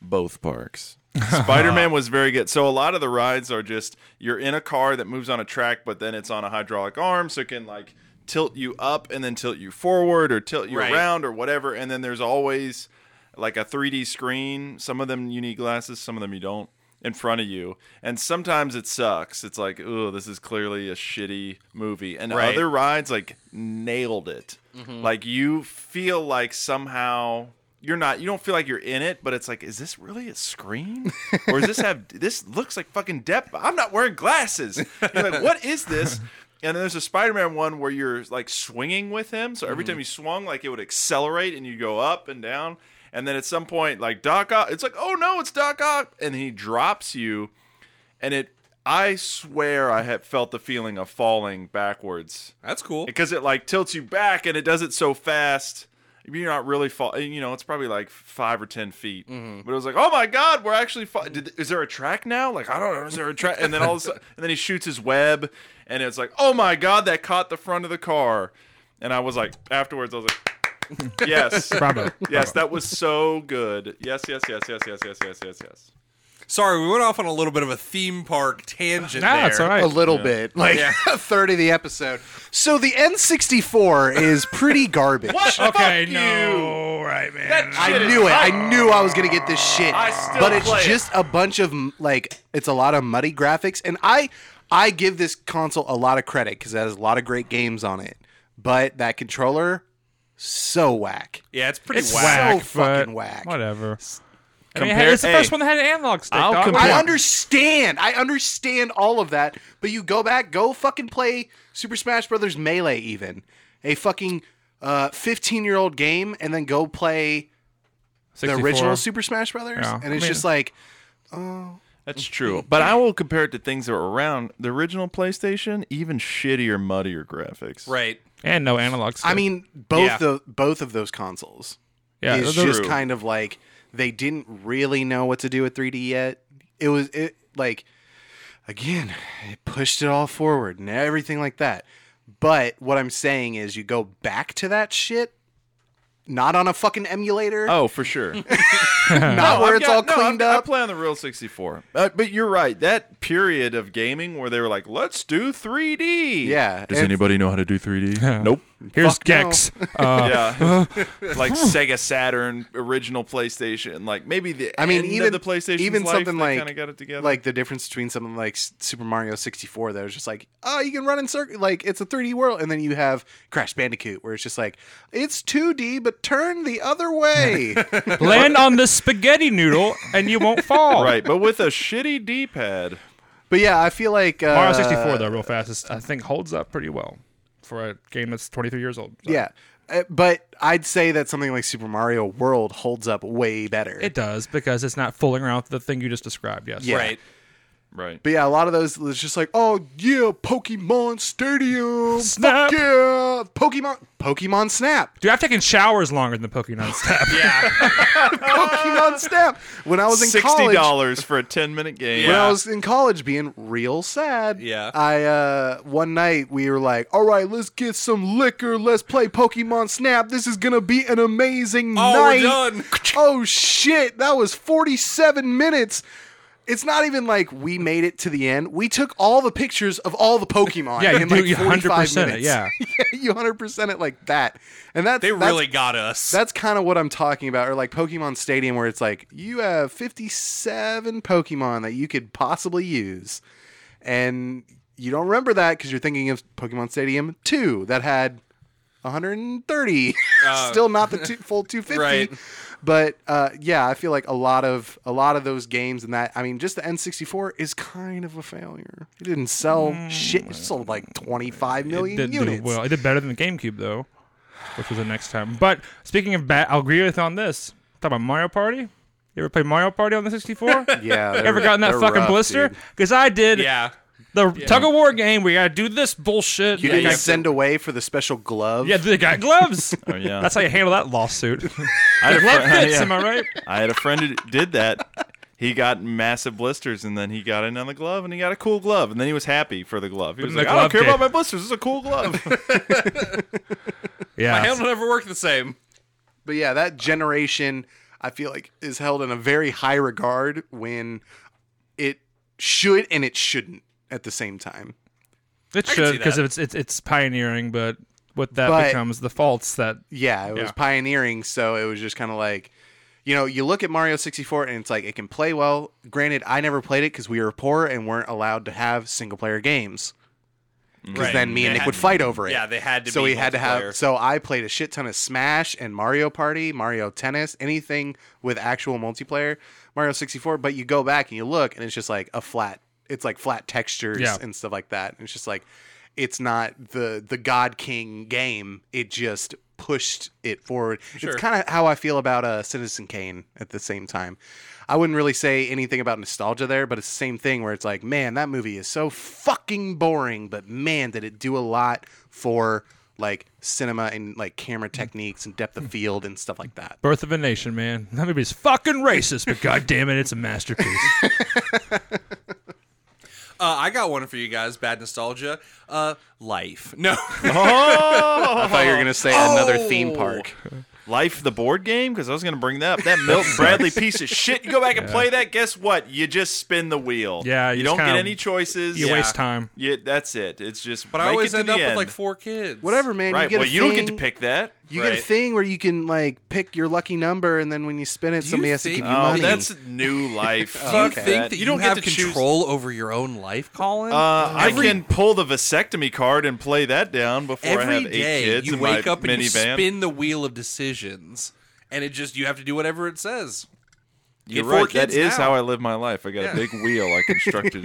Speaker 2: both parks. Spider Man was very good. So a lot of the rides are just you're in a car that moves on a track, but then it's on a hydraulic arm, so it can like tilt you up and then tilt you forward or tilt you
Speaker 1: Right.
Speaker 2: around or whatever. And then there's always like a 3D screen. Some of them you need glasses, some of them you don't. In front of you, and sometimes it sucks. It's like, oh, this is clearly a shitty movie. And
Speaker 1: Right.
Speaker 2: other rides like nailed it. Like you feel like somehow you're not you don't feel like you're in it, but it's like, is this really a screen? or is this have this looks like fucking depth? I'm not wearing glasses. You're like, what is this? And then there's a Spider-Man one where you're like swinging with him, so every time you swung, like it would accelerate and you go up and down. And then at some point, like Doc Ock, it's like, oh no, it's Doc Ock, and he drops you and it I swear I had felt the feeling of falling backwards
Speaker 1: That's cool.
Speaker 2: because it like tilts you back and it does it so fast. You're not really fall. You know, it's probably like five or ten feet. But it was like, oh my god, we're actually. Fa- did, is there a track now? Like I don't know. Is there a track? And then all of a sudden, and then he shoots his web, and it's like, oh my god, that caught the front of the car. And I was like, afterwards, I was like, yes,
Speaker 3: Bravo. Ah,
Speaker 2: yes, that was so good. Yes, yes, yes, yes, yes, yes, yes, yes, yes.
Speaker 1: Sorry, we went off on a little bit of a theme park tangent.
Speaker 3: Nah,
Speaker 1: there.
Speaker 3: it's all right.
Speaker 4: A little bit, like a third of the episode. So the N64 is pretty garbage.
Speaker 3: Okay,
Speaker 2: Fuck you.
Speaker 3: no, right, man.
Speaker 4: I knew it. I knew I was gonna get this shit.
Speaker 2: I still
Speaker 4: but it's
Speaker 2: play it.
Speaker 4: just a bunch of m- like it's a lot of muddy graphics, and I I give this console a lot of credit because it has a lot of great games on it. But that controller, so whack.
Speaker 1: Yeah, it's pretty
Speaker 4: It's
Speaker 1: whack.
Speaker 4: so
Speaker 3: but
Speaker 4: fucking whack.
Speaker 3: Whatever. I mean,
Speaker 2: Compare-
Speaker 3: hey, it's the first
Speaker 2: hey.
Speaker 3: one that had an analog stick.
Speaker 2: I'll
Speaker 3: dog.
Speaker 2: compare-
Speaker 4: I
Speaker 2: Yeah.
Speaker 4: understand. I understand all of that, but you go back, go fucking play Super Smash Brothers Melee, even a fucking fifteen year old game, and then go play the
Speaker 3: 64.
Speaker 4: original Super Smash Brothers,
Speaker 3: Yeah.
Speaker 4: and it's
Speaker 3: I mean-
Speaker 4: just like
Speaker 2: That's true. But I will compare it to things that were around the original PlayStation, even shittier, muddier graphics.
Speaker 1: Right.
Speaker 3: and no analog stick.
Speaker 4: I mean, both
Speaker 1: Yeah.
Speaker 4: the both of those consoles
Speaker 3: yeah,
Speaker 4: is
Speaker 3: those-
Speaker 4: just
Speaker 2: True.
Speaker 4: kind of like they didn't really know what to do with 3D yet. It was it like again, it pushed it all forward and everything like that. But what I'm saying is, you go back to that shit, not on a fucking emulator.
Speaker 2: Oh, for sure.
Speaker 4: Not
Speaker 2: Oh, No,
Speaker 4: where
Speaker 2: I've
Speaker 4: it's
Speaker 2: got-
Speaker 4: all
Speaker 2: no,
Speaker 4: cleaned
Speaker 2: I've- I
Speaker 4: up.
Speaker 2: play on the real 64. Uh, but you're right. That period of gaming where they were like, let's do 3D.
Speaker 4: Yeah,
Speaker 2: Does
Speaker 4: and-
Speaker 2: anybody know how to do 3D? nope.
Speaker 3: Here's
Speaker 4: Fuck no.
Speaker 3: Gex. Uh,
Speaker 2: yeah. like Sega Saturn, original PlayStation. Like maybe the
Speaker 4: I mean,
Speaker 2: end
Speaker 4: even
Speaker 2: of the PlayStation.
Speaker 4: even something like
Speaker 2: kind of got it together.
Speaker 4: like the difference between something like S- Super Mario 64 that was just like, oh, you can run in circle, like it's a 3D world, and then you have Crash Bandicoot where it's just like it's 2D but turn the other way.
Speaker 3: land on the spaghetti noodle and you won't fall.
Speaker 2: right, but with a shitty D-pad.
Speaker 4: but yeah, I feel like uh,
Speaker 3: Mario 64 though, real fast, is, I think holds up pretty well for a game that's 23 years old. So
Speaker 4: Yeah, Uh, but I'd say that something like Super Mario World holds up way better.
Speaker 3: It does because it's not fooling around with the thing you just described. Yes.
Speaker 4: Yeah.
Speaker 1: Right.
Speaker 2: Right.
Speaker 4: but yeah, a lot of those it's just like, oh yeah, Pokemon Stadium,
Speaker 3: Snap.
Speaker 4: Fuck yeah, Pokemon, Pokemon Snap.
Speaker 3: Dude, I've taken showers longer than the Pokemon step.
Speaker 4: Pokemon Snap. When I was in
Speaker 2: Sixty
Speaker 4: college,
Speaker 2: dollars for a ten-minute game.
Speaker 4: when I was in college, being real sad.
Speaker 1: Yeah.
Speaker 4: I uh, one night we were like, "All right, let's get some liquor. Let's play Pokemon Snap. This is gonna be an amazing
Speaker 1: Oh,
Speaker 4: night."
Speaker 1: we're done.
Speaker 4: Oh shit, that was forty-seven minutes. It's not even like we made it to the end. We took all the pictures of all the Pokemon.
Speaker 3: Yeah, you
Speaker 4: in
Speaker 3: do-
Speaker 4: like
Speaker 3: you
Speaker 4: 45
Speaker 3: 100% it,
Speaker 4: minutes.
Speaker 3: yeah.
Speaker 4: you hundred percent it like that. And that's
Speaker 1: They
Speaker 4: that's
Speaker 1: really got us.
Speaker 4: that's kind of what I'm talking about, or like Pokemon Stadium, where it's like you have 57 Pokemon that you could possibly use, and you don't remember that because you're thinking of Pokemon Stadium 2 that had 130,
Speaker 3: Oh.
Speaker 4: still not the two, full 250.
Speaker 1: Right.
Speaker 4: But uh, yeah, I feel like a lot of a lot of those games and that I mean, just the N64 is kind of a failure. It didn't sell shit. It sold like 25
Speaker 3: Mm. It
Speaker 4: million
Speaker 3: did
Speaker 4: units.
Speaker 3: do well. It did better than the GameCube though, which was the next time. But speaking of bad, I'll agree with on this. Talk about Mario Party. You ever played Mario Party on the 64?
Speaker 4: Yeah, they're-
Speaker 3: Ever gotten that
Speaker 4: they're
Speaker 3: fucking
Speaker 4: rough,
Speaker 3: blister?
Speaker 4: dude.
Speaker 3: Because I did.
Speaker 1: yeah.
Speaker 3: The tug of war game. We gotta do this bullshit.
Speaker 4: You
Speaker 3: They
Speaker 4: didn't
Speaker 3: got-
Speaker 4: send away for the special glove.
Speaker 3: yeah, they got gloves.
Speaker 2: Oh, yeah.
Speaker 3: That's how you handle that lawsuit.
Speaker 2: I had a
Speaker 3: Glove
Speaker 2: friend-
Speaker 3: fits.
Speaker 2: yeah.
Speaker 3: Am I right?
Speaker 2: I had a friend who did that. He got massive blisters, and then he got in on the glove, and he got a cool glove, and then he was happy for the glove. He was
Speaker 3: the
Speaker 2: like, "I
Speaker 3: glove
Speaker 2: don't care
Speaker 3: did.
Speaker 2: about my blisters. This is a cool glove."
Speaker 3: Yeah.
Speaker 1: My hand will never work the same.
Speaker 4: But yeah, that generation I feel like is held in a very high regard when it should and it shouldn't at the same time.
Speaker 3: It
Speaker 1: I can
Speaker 3: should
Speaker 1: see
Speaker 3: because
Speaker 1: that.
Speaker 3: it's, it's it's pioneering, but what that
Speaker 4: But-
Speaker 3: becomes the faults that
Speaker 4: Yeah, it was
Speaker 3: Yeah.
Speaker 4: pioneering, so it was just kind of like you know, you look at Mario 64 and it's like it can play well. Granted, I never played it cuz we were poor and weren't allowed to have single player games. Because
Speaker 1: Right.
Speaker 4: then me and
Speaker 1: They
Speaker 4: Nick
Speaker 1: had-
Speaker 4: would fight over it.
Speaker 1: Yeah, they had to
Speaker 4: so
Speaker 1: be
Speaker 4: we had to
Speaker 1: multiplayer.
Speaker 4: have so i played a shit ton of smash and mario party mario tennis anything with actual multiplayer mario 64 but you go back and you look and it's just like a flat it's like flat textures
Speaker 3: Yeah.
Speaker 4: and stuff like that and it's just like it's not the the god king game it just pushed it forward
Speaker 1: Sure.
Speaker 4: it's kind of how i feel about uh, citizen kane at the same time i wouldn't really say anything about nostalgia there but it's the same thing where it's like man that movie is so fucking boring but man did it do a lot for like cinema and like camera
Speaker 2: Mm.
Speaker 4: techniques and
Speaker 2: Hmm.
Speaker 4: depth of field and stuff like that
Speaker 3: Birth of a Nation, man. That movie's fucking racist, but god damn it, it's a masterpiece.
Speaker 1: Uh, I got one for you guys. Bad nostalgia. Uh, life. No.
Speaker 2: Oh.
Speaker 4: i thought you were going to say another theme park
Speaker 2: Life the board game because I was going to bring that up. That Milton Bradley piece of shit. You go back and play that. Guess what? You just spin the wheel.
Speaker 3: Yeah, you
Speaker 2: you,
Speaker 3: just
Speaker 2: don't get
Speaker 3: kinda-
Speaker 2: any choices.
Speaker 3: You
Speaker 2: yeah.
Speaker 3: waste time.
Speaker 2: Yeah, that's it. It's just.
Speaker 1: But I
Speaker 2: make
Speaker 1: always
Speaker 2: it to
Speaker 1: end
Speaker 2: the
Speaker 1: up
Speaker 2: end.
Speaker 1: with like four kids.
Speaker 4: whatever man
Speaker 2: Right.
Speaker 4: you get
Speaker 2: well,
Speaker 4: a
Speaker 2: you don't get to
Speaker 4: thing-
Speaker 2: pick that.
Speaker 4: You get
Speaker 1: Right.
Speaker 4: a thing where you can like pick your lucky number, and then when you spin it,
Speaker 1: you
Speaker 4: somebody has to
Speaker 1: think-
Speaker 4: give you
Speaker 1: Oh,
Speaker 2: Oh,
Speaker 4: money.
Speaker 2: that's new life.
Speaker 1: Do you
Speaker 4: Okay.
Speaker 1: think that you, don't have
Speaker 2: get to choose-
Speaker 1: control over your own life, Colin?
Speaker 2: Uh, I can pull the vasectomy card and play that down before I
Speaker 1: Every
Speaker 2: have eight
Speaker 1: day
Speaker 2: kids
Speaker 1: you
Speaker 2: in
Speaker 1: wake
Speaker 2: my
Speaker 1: up and you
Speaker 2: minivan.
Speaker 1: spin the wheel of decisions, and it just you have to do whatever it says.
Speaker 2: You're
Speaker 1: Get four
Speaker 2: right. That
Speaker 1: kids
Speaker 2: is
Speaker 1: now.
Speaker 2: how I live my life. I got a big wheel I constructed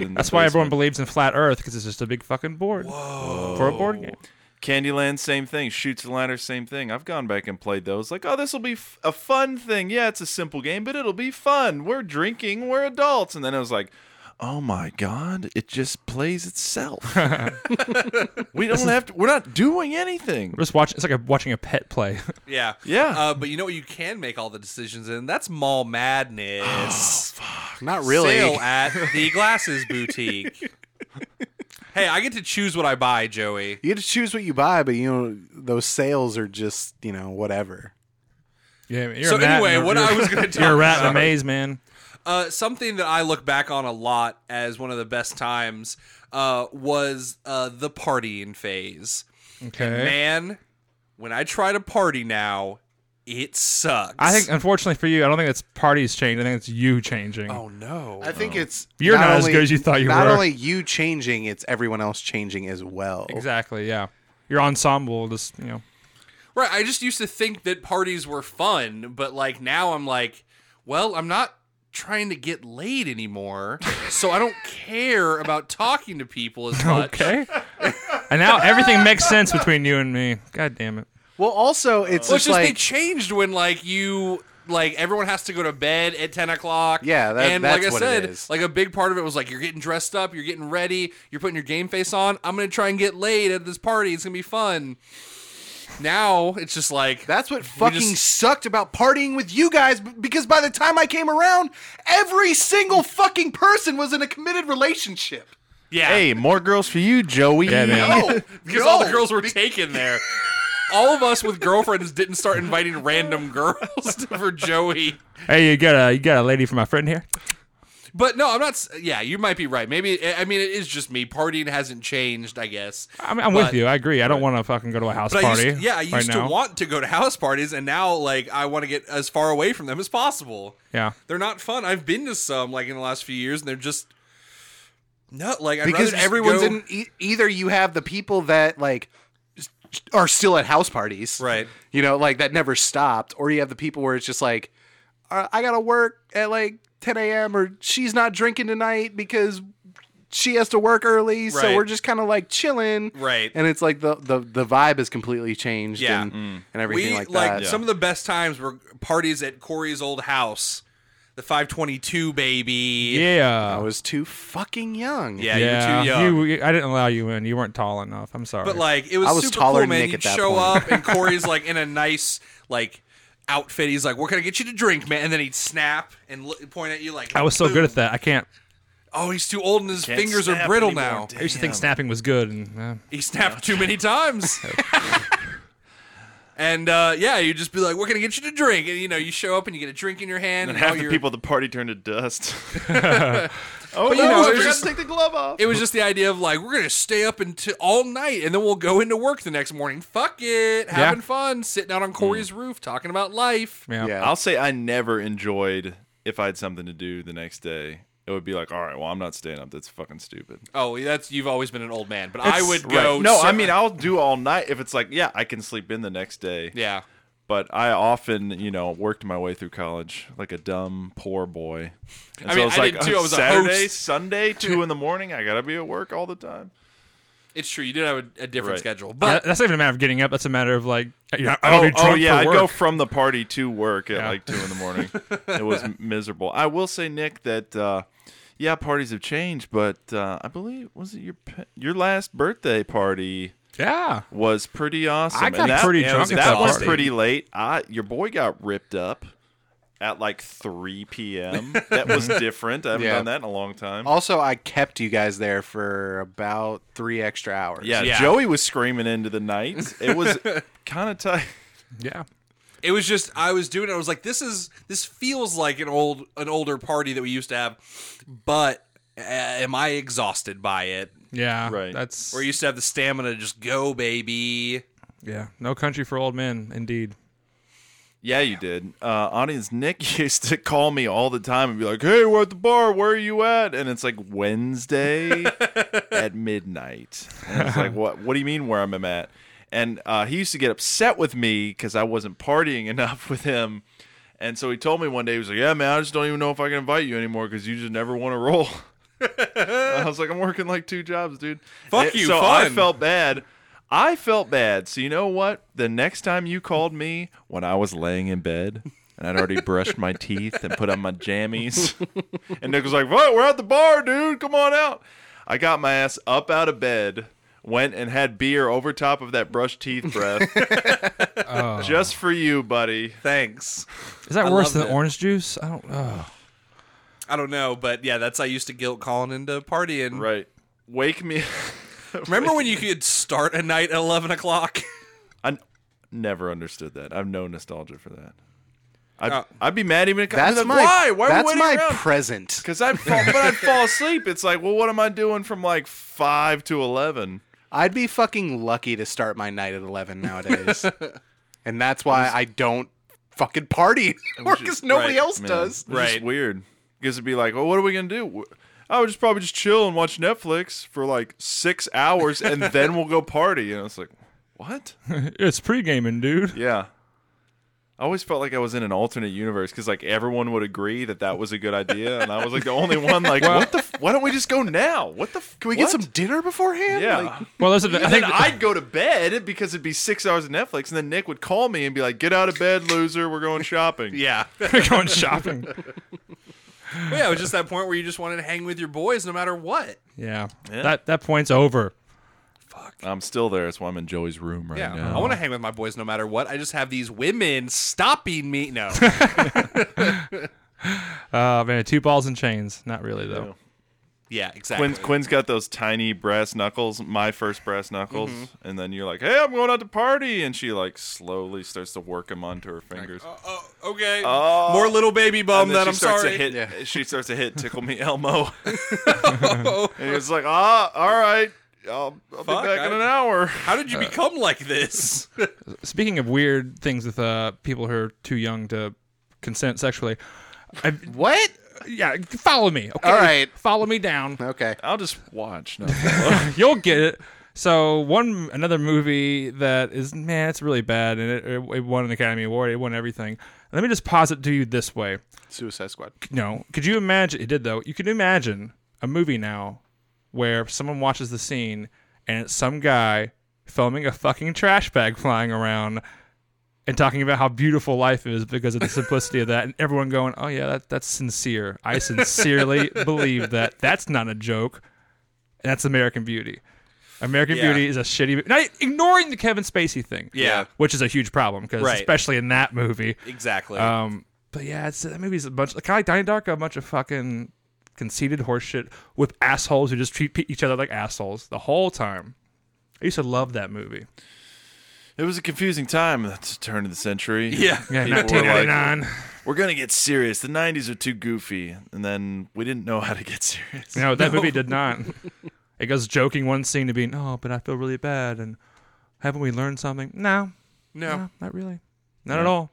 Speaker 2: in. the
Speaker 3: That's why everyone
Speaker 2: basement.
Speaker 3: believes in flat Earth because it's just a big fucking board for a board game.
Speaker 2: Candyland, same thing. Shoots the ladder, same thing. I've gone back and played those. Like, oh, this will be f- a fun thing. Yeah, it's a simple game, but it'll be fun. We're drinking, we're adults. And then I was like, oh my god, it just plays itself. we don't have to. We're not doing anything.
Speaker 3: Just watch. It's like a, watching a pet play.
Speaker 1: Yeah.
Speaker 2: Yeah.
Speaker 1: Uh, but you know what you can make all the decisions in? That's mall madness.
Speaker 4: Not really.
Speaker 1: Sale at the glasses boutique. hey, I get to choose what I buy, Joey.
Speaker 4: You get to choose what you buy, but you know those sales are just you know whatever.
Speaker 3: Yeah, you're
Speaker 1: So
Speaker 3: a rat in
Speaker 1: anyway,
Speaker 3: a-
Speaker 1: what
Speaker 3: you're-
Speaker 1: I was gonna
Speaker 3: You're a
Speaker 1: talk
Speaker 3: rat in a
Speaker 1: about-
Speaker 3: maze, man.
Speaker 1: Uh, something that I look back on a lot as one of the best times uh, was uh, the partying phase.
Speaker 3: Okay.
Speaker 1: Man, when I try to party now, it sucks.
Speaker 3: I think, uh, unfortunately for you, I don't think it's parties changing. I think it's you changing.
Speaker 1: Oh no!
Speaker 4: I think it's
Speaker 3: You're not as good as you thought you
Speaker 4: not
Speaker 3: were.
Speaker 4: only you changing, it's everyone else changing as well.
Speaker 3: Exactly. Yeah. Your ensemble just you know.
Speaker 1: Right. I just used to think that parties were fun, but like now I'm like, well, I'm not trying to get laid anymore, so I don't care about talking to people as much.
Speaker 3: Okay. and now everything makes sense between you and me. God damn it.
Speaker 4: Well, also it's
Speaker 1: Well, it's
Speaker 4: just
Speaker 1: just
Speaker 4: like
Speaker 1: they changed when like you like everyone has to go to bed at ten o'clock.
Speaker 4: Yeah, that-
Speaker 1: and
Speaker 4: that's
Speaker 1: like I
Speaker 4: what it
Speaker 1: said,
Speaker 4: is.
Speaker 1: like a big part of it was like you're getting dressed up, you're getting ready, you're putting your game face on. I'm gonna try and get laid at this party. It's gonna be fun. Now it's just like
Speaker 4: That's what fucking
Speaker 1: just-
Speaker 4: sucked about partying with you guys b- because by the time I came around, every single fucking person was in a committed relationship.
Speaker 1: yeah,
Speaker 2: Hey, more girls for you, Joey.
Speaker 3: Yeah, man.
Speaker 1: no, because all the
Speaker 4: No.
Speaker 1: girls were taken there. All of us with girlfriends didn't start inviting random girls to- for Joey.
Speaker 3: Hey, you got a you got a lady for my friend here.
Speaker 1: But no, I'm not. s- Yeah, you might be right. Maybe I mean it is just me. Partying hasn't changed, I guess.
Speaker 3: I'm, I'm
Speaker 1: But-
Speaker 3: with you. I agree. I don't want to fucking go to a house
Speaker 1: But
Speaker 3: party.
Speaker 1: I used, yeah, I used
Speaker 3: right
Speaker 1: to
Speaker 3: now.
Speaker 1: want to go to house parties, and now like I want to get as far away from them as possible.
Speaker 3: Yeah.
Speaker 1: They're not fun. I've been to some like in the last few years, and they're just no like I'd rather
Speaker 4: Because
Speaker 1: just
Speaker 4: everyone's
Speaker 1: go-
Speaker 4: in e- either you have the people that like s- are still at house parties,
Speaker 1: Right.
Speaker 4: You know, like that never stopped, or you have the people where it's just like, uh, I gotta work at like 10 a.m. or she's not drinking tonight because she has to work early, so
Speaker 1: Right.
Speaker 4: we're just kind of like chilling,
Speaker 1: Right.
Speaker 4: And it's like the the, the vibe has completely changed,
Speaker 1: Yeah. Mm.
Speaker 4: and, and everything
Speaker 1: we
Speaker 4: like
Speaker 1: like,
Speaker 4: that.
Speaker 1: some of the best times were parties at Corey's old house, the 522 baby.
Speaker 4: I
Speaker 3: Yeah.
Speaker 4: was too fucking young.
Speaker 1: Oh, Yeah, you were too young.
Speaker 3: You- I didn't allow you in. You weren't tall enough. I'm sorry.
Speaker 1: But like it was,
Speaker 4: I was
Speaker 1: super
Speaker 4: taller
Speaker 1: cool,
Speaker 4: than
Speaker 1: man.
Speaker 4: Nick
Speaker 1: You'd
Speaker 4: at that
Speaker 1: show
Speaker 4: point.
Speaker 1: up and Corey's like in a nice like outfit. He's like, "What can I get you to drink, man?" And then he'd snap and look, point at you like,
Speaker 3: I was so
Speaker 1: "Boom."
Speaker 3: good at that. I can't.
Speaker 1: Oh, he's too old and his
Speaker 2: Can't
Speaker 1: fingers are
Speaker 2: snap
Speaker 1: brittle
Speaker 2: anymore,
Speaker 1: now.
Speaker 2: dude.
Speaker 3: I used to think
Speaker 2: Damn.
Speaker 3: snapping was good. And, uh,
Speaker 1: He snapped too many times. and uh, yeah, you just be like, "What can I get you to drink?" And you know, you show up and you get a drink in your hand,
Speaker 2: And
Speaker 1: and,
Speaker 2: half
Speaker 1: all
Speaker 2: the
Speaker 1: your-
Speaker 2: people at the party turn to dust. oh,
Speaker 1: But, you know,
Speaker 2: no, I
Speaker 1: it was
Speaker 2: forgot
Speaker 1: just-
Speaker 2: to take the glove off.
Speaker 1: It was just the idea of like, we're gonna stay up until all night, and then we'll go into work the next morning. Fuck it, having fun, sitting out on Corey's
Speaker 2: Mm.
Speaker 1: roof, talking about life.
Speaker 3: yeah.
Speaker 4: Yeah.
Speaker 2: I'll say I never enjoyed if I had something to do the next day. It would be like, all right, well, I'm not staying up. That's fucking stupid.
Speaker 1: Oh, that's you've always been an old man, but I
Speaker 3: It's-
Speaker 1: would go.
Speaker 2: Right. No, I
Speaker 1: cer-
Speaker 2: mean, I'll do all night if it's like, yeah, I can sleep in the next day.
Speaker 1: yeah.
Speaker 2: But I often, you know, worked my way through college like a dumb poor boy. And
Speaker 1: I mean,
Speaker 2: I was
Speaker 1: I
Speaker 2: like,
Speaker 1: did too. I was a
Speaker 2: Saturday,
Speaker 1: host."
Speaker 2: Sunday, two in the morning. I gotta be at work all the time.
Speaker 1: It's true. You did have a, a different
Speaker 2: Right.
Speaker 1: schedule,
Speaker 3: Yeah,
Speaker 1: but
Speaker 3: That's not even a matter of getting up. That's a matter of like, I
Speaker 2: Oh,
Speaker 3: gotta be drunk
Speaker 2: oh, yeah,
Speaker 3: for
Speaker 2: I'd
Speaker 3: work.
Speaker 2: go from the party to work at
Speaker 3: Yeah.
Speaker 2: like two in the morning. it was m- miserable. I will say, Nick, that uh, yeah, parties have changed, but uh, I believe was it your pa- your last birthday party
Speaker 3: yeah.
Speaker 2: was pretty awesome.
Speaker 3: I
Speaker 2: And
Speaker 3: got
Speaker 2: that,
Speaker 3: pretty
Speaker 2: and
Speaker 3: drunk
Speaker 2: That,
Speaker 3: at that
Speaker 2: was
Speaker 3: party.
Speaker 2: pretty late. I your boy got ripped up at like three p.m. that was different. I haven't
Speaker 4: Yeah.
Speaker 2: done that in a long time.
Speaker 4: Also, I kept you guys there for about three extra hours.
Speaker 2: yeah,
Speaker 1: Yeah.
Speaker 2: Joey was screaming into the night. It was kind of tight.
Speaker 3: Yeah.
Speaker 1: it was just I was doing. it. I was like, this is this feels like an old an older party that we used to have, but uh, am I exhausted by it?
Speaker 3: Yeah.
Speaker 2: Right.
Speaker 3: That's
Speaker 1: Where you used to have the stamina to just go, baby.
Speaker 3: yeah. No country for old men, indeed.
Speaker 2: Yeah, you did. Uh, audience, Nick used to call me all the time and be like, "Hey, we're at the bar. Where are you at?" And it's like Wednesday at midnight. And it's like, "What? What do you mean where I'm at?" And uh, he used to get upset with me because I wasn't partying enough with him. And so he told me one day, he was like, "Yeah, man, I just don't even know if I can invite you anymore because you just never want to roll." I was like, "I'm working like two jobs, dude."
Speaker 1: Fuck
Speaker 2: And
Speaker 1: you,
Speaker 2: So
Speaker 1: fun.
Speaker 2: I felt felt bad. I felt bad. So you know what? The next time you called me when I was laying in bed and I'd already brushed my teeth and put on my jammies, and Nick was like, "What? We're at the bar, dude. Come on out." I got my ass up out of bed, went and had beer over top of that brushed teeth breath, just for you, buddy.
Speaker 1: Thanks.
Speaker 3: Is that
Speaker 1: I
Speaker 3: worse
Speaker 1: loved
Speaker 3: than
Speaker 1: it.
Speaker 3: orange juice? I don't. Oh.
Speaker 1: I don't know, but yeah, that's how I used to guilt calling into partying.
Speaker 2: Right? Wake me.
Speaker 1: Remember when you could start a night at eleven o'clock?
Speaker 2: I n- never understood that. I've no nostalgia for that. I'd,
Speaker 1: Uh,
Speaker 2: I'd be mad even. If, I'd be
Speaker 4: That's
Speaker 2: like,
Speaker 4: my
Speaker 2: why. Why are we
Speaker 4: that's
Speaker 2: waiting
Speaker 4: my
Speaker 2: around?
Speaker 4: present.
Speaker 2: Because I'd fall, but I'd fall asleep. It's like, well, what am I doing from like five to eleven?
Speaker 4: I'd be fucking lucky to start my night at 11 nowadays. and that's why I don't fucking party because nobody
Speaker 1: right,
Speaker 4: else
Speaker 2: Man,
Speaker 4: does.
Speaker 2: it's just
Speaker 1: Right.
Speaker 2: weird. Because it'd be like, well, what are we gonna do? I would just probably just chill and watch Netflix for like six hours, and then we'll go party. And it's like, what?
Speaker 3: It's pre gaming, dude.
Speaker 2: Yeah. I always felt like I was in an alternate universe because like everyone would agree that that was a good idea, and I was like the only one. Like, what the? F- why don't we just go now? What the? F-
Speaker 4: Can we
Speaker 2: what?
Speaker 4: get some dinner beforehand?
Speaker 2: Yeah.
Speaker 4: Like,
Speaker 3: Well, there's a, I
Speaker 2: and
Speaker 3: think
Speaker 2: then I'd go to bed because it'd be six hours of Netflix, and then Nick would call me and be like, "Get out of bed, loser. We're going shopping."
Speaker 1: Yeah.
Speaker 3: we're going shopping.
Speaker 1: yeah, it was just that point where you just wanted to hang with your boys no matter what.
Speaker 3: Yeah. That that point's over.
Speaker 2: I'm still there. That's why I'm in Joey's room right
Speaker 1: Yeah.
Speaker 2: now.
Speaker 1: I want to hang with my boys no matter what. I just have these women stopping me. No.
Speaker 3: Uh, man, two balls and chains. Not really though.
Speaker 1: yeah, exactly.
Speaker 2: Quinn, Quinn's got those tiny brass knuckles, my first brass knuckles, and then you're like, "Hey, I'm going out to party," and she like slowly starts to work them onto her fingers.
Speaker 1: Oh, okay.
Speaker 2: Oh.
Speaker 1: More little baby bum
Speaker 2: and then
Speaker 1: Um, that
Speaker 2: she
Speaker 1: I'm
Speaker 2: starts
Speaker 1: sorry.
Speaker 2: to hit. She starts to hit "Tickle Me Elmo,"
Speaker 1: Oh,
Speaker 2: and it's like, "Ah, all right, I'll, I'll
Speaker 1: Fuck,
Speaker 2: be back in
Speaker 1: I-
Speaker 2: an hour."
Speaker 1: how did you become like this?
Speaker 3: Speaking of weird things with uh, people who are too young to consent sexually, I,
Speaker 4: What?
Speaker 3: yeah, follow me. Okay?
Speaker 4: All right.
Speaker 3: follow me down.
Speaker 4: Okay.
Speaker 2: I'll just watch. No.
Speaker 3: You'll get it. So one another movie that is man, it's really bad, and it, it won an Academy Award. It won everything. Let me just posit to you this way:
Speaker 4: Suicide Squad.
Speaker 3: No, could you imagine? It did though. You can imagine a movie now where someone watches the scene and it's some guy filming a fucking trash bag flying around and talking about how beautiful life is because of the simplicity of that, and everyone going, "Oh yeah, that, that's sincere. I sincerely believe that. That's not a joke. And that's American Beauty." American
Speaker 1: Yeah.
Speaker 3: Beauty is a shitty. Now, ignoring the Kevin Spacey thing,
Speaker 1: Yeah.
Speaker 3: which is a huge problem because
Speaker 1: Right.
Speaker 3: especially in that movie,
Speaker 1: exactly.
Speaker 3: um, but yeah, it's that movie's a bunch kind of like Donnie Darko, a bunch of fucking conceited horseshit with assholes who just treat pe- each other like assholes the whole time. I used to love that movie.
Speaker 2: It was a confusing time. That's the turn of the century.
Speaker 1: yeah.
Speaker 3: Yeah,
Speaker 2: People were like-
Speaker 3: 1999.
Speaker 2: We're gonna get serious. The '90s are too goofy, and then we didn't know how to get serious.
Speaker 3: no, that movie did not. It goes joking one scene to being, oh, but I feel really bad, and haven't we learned something? No,
Speaker 1: No.
Speaker 3: not really, not at all.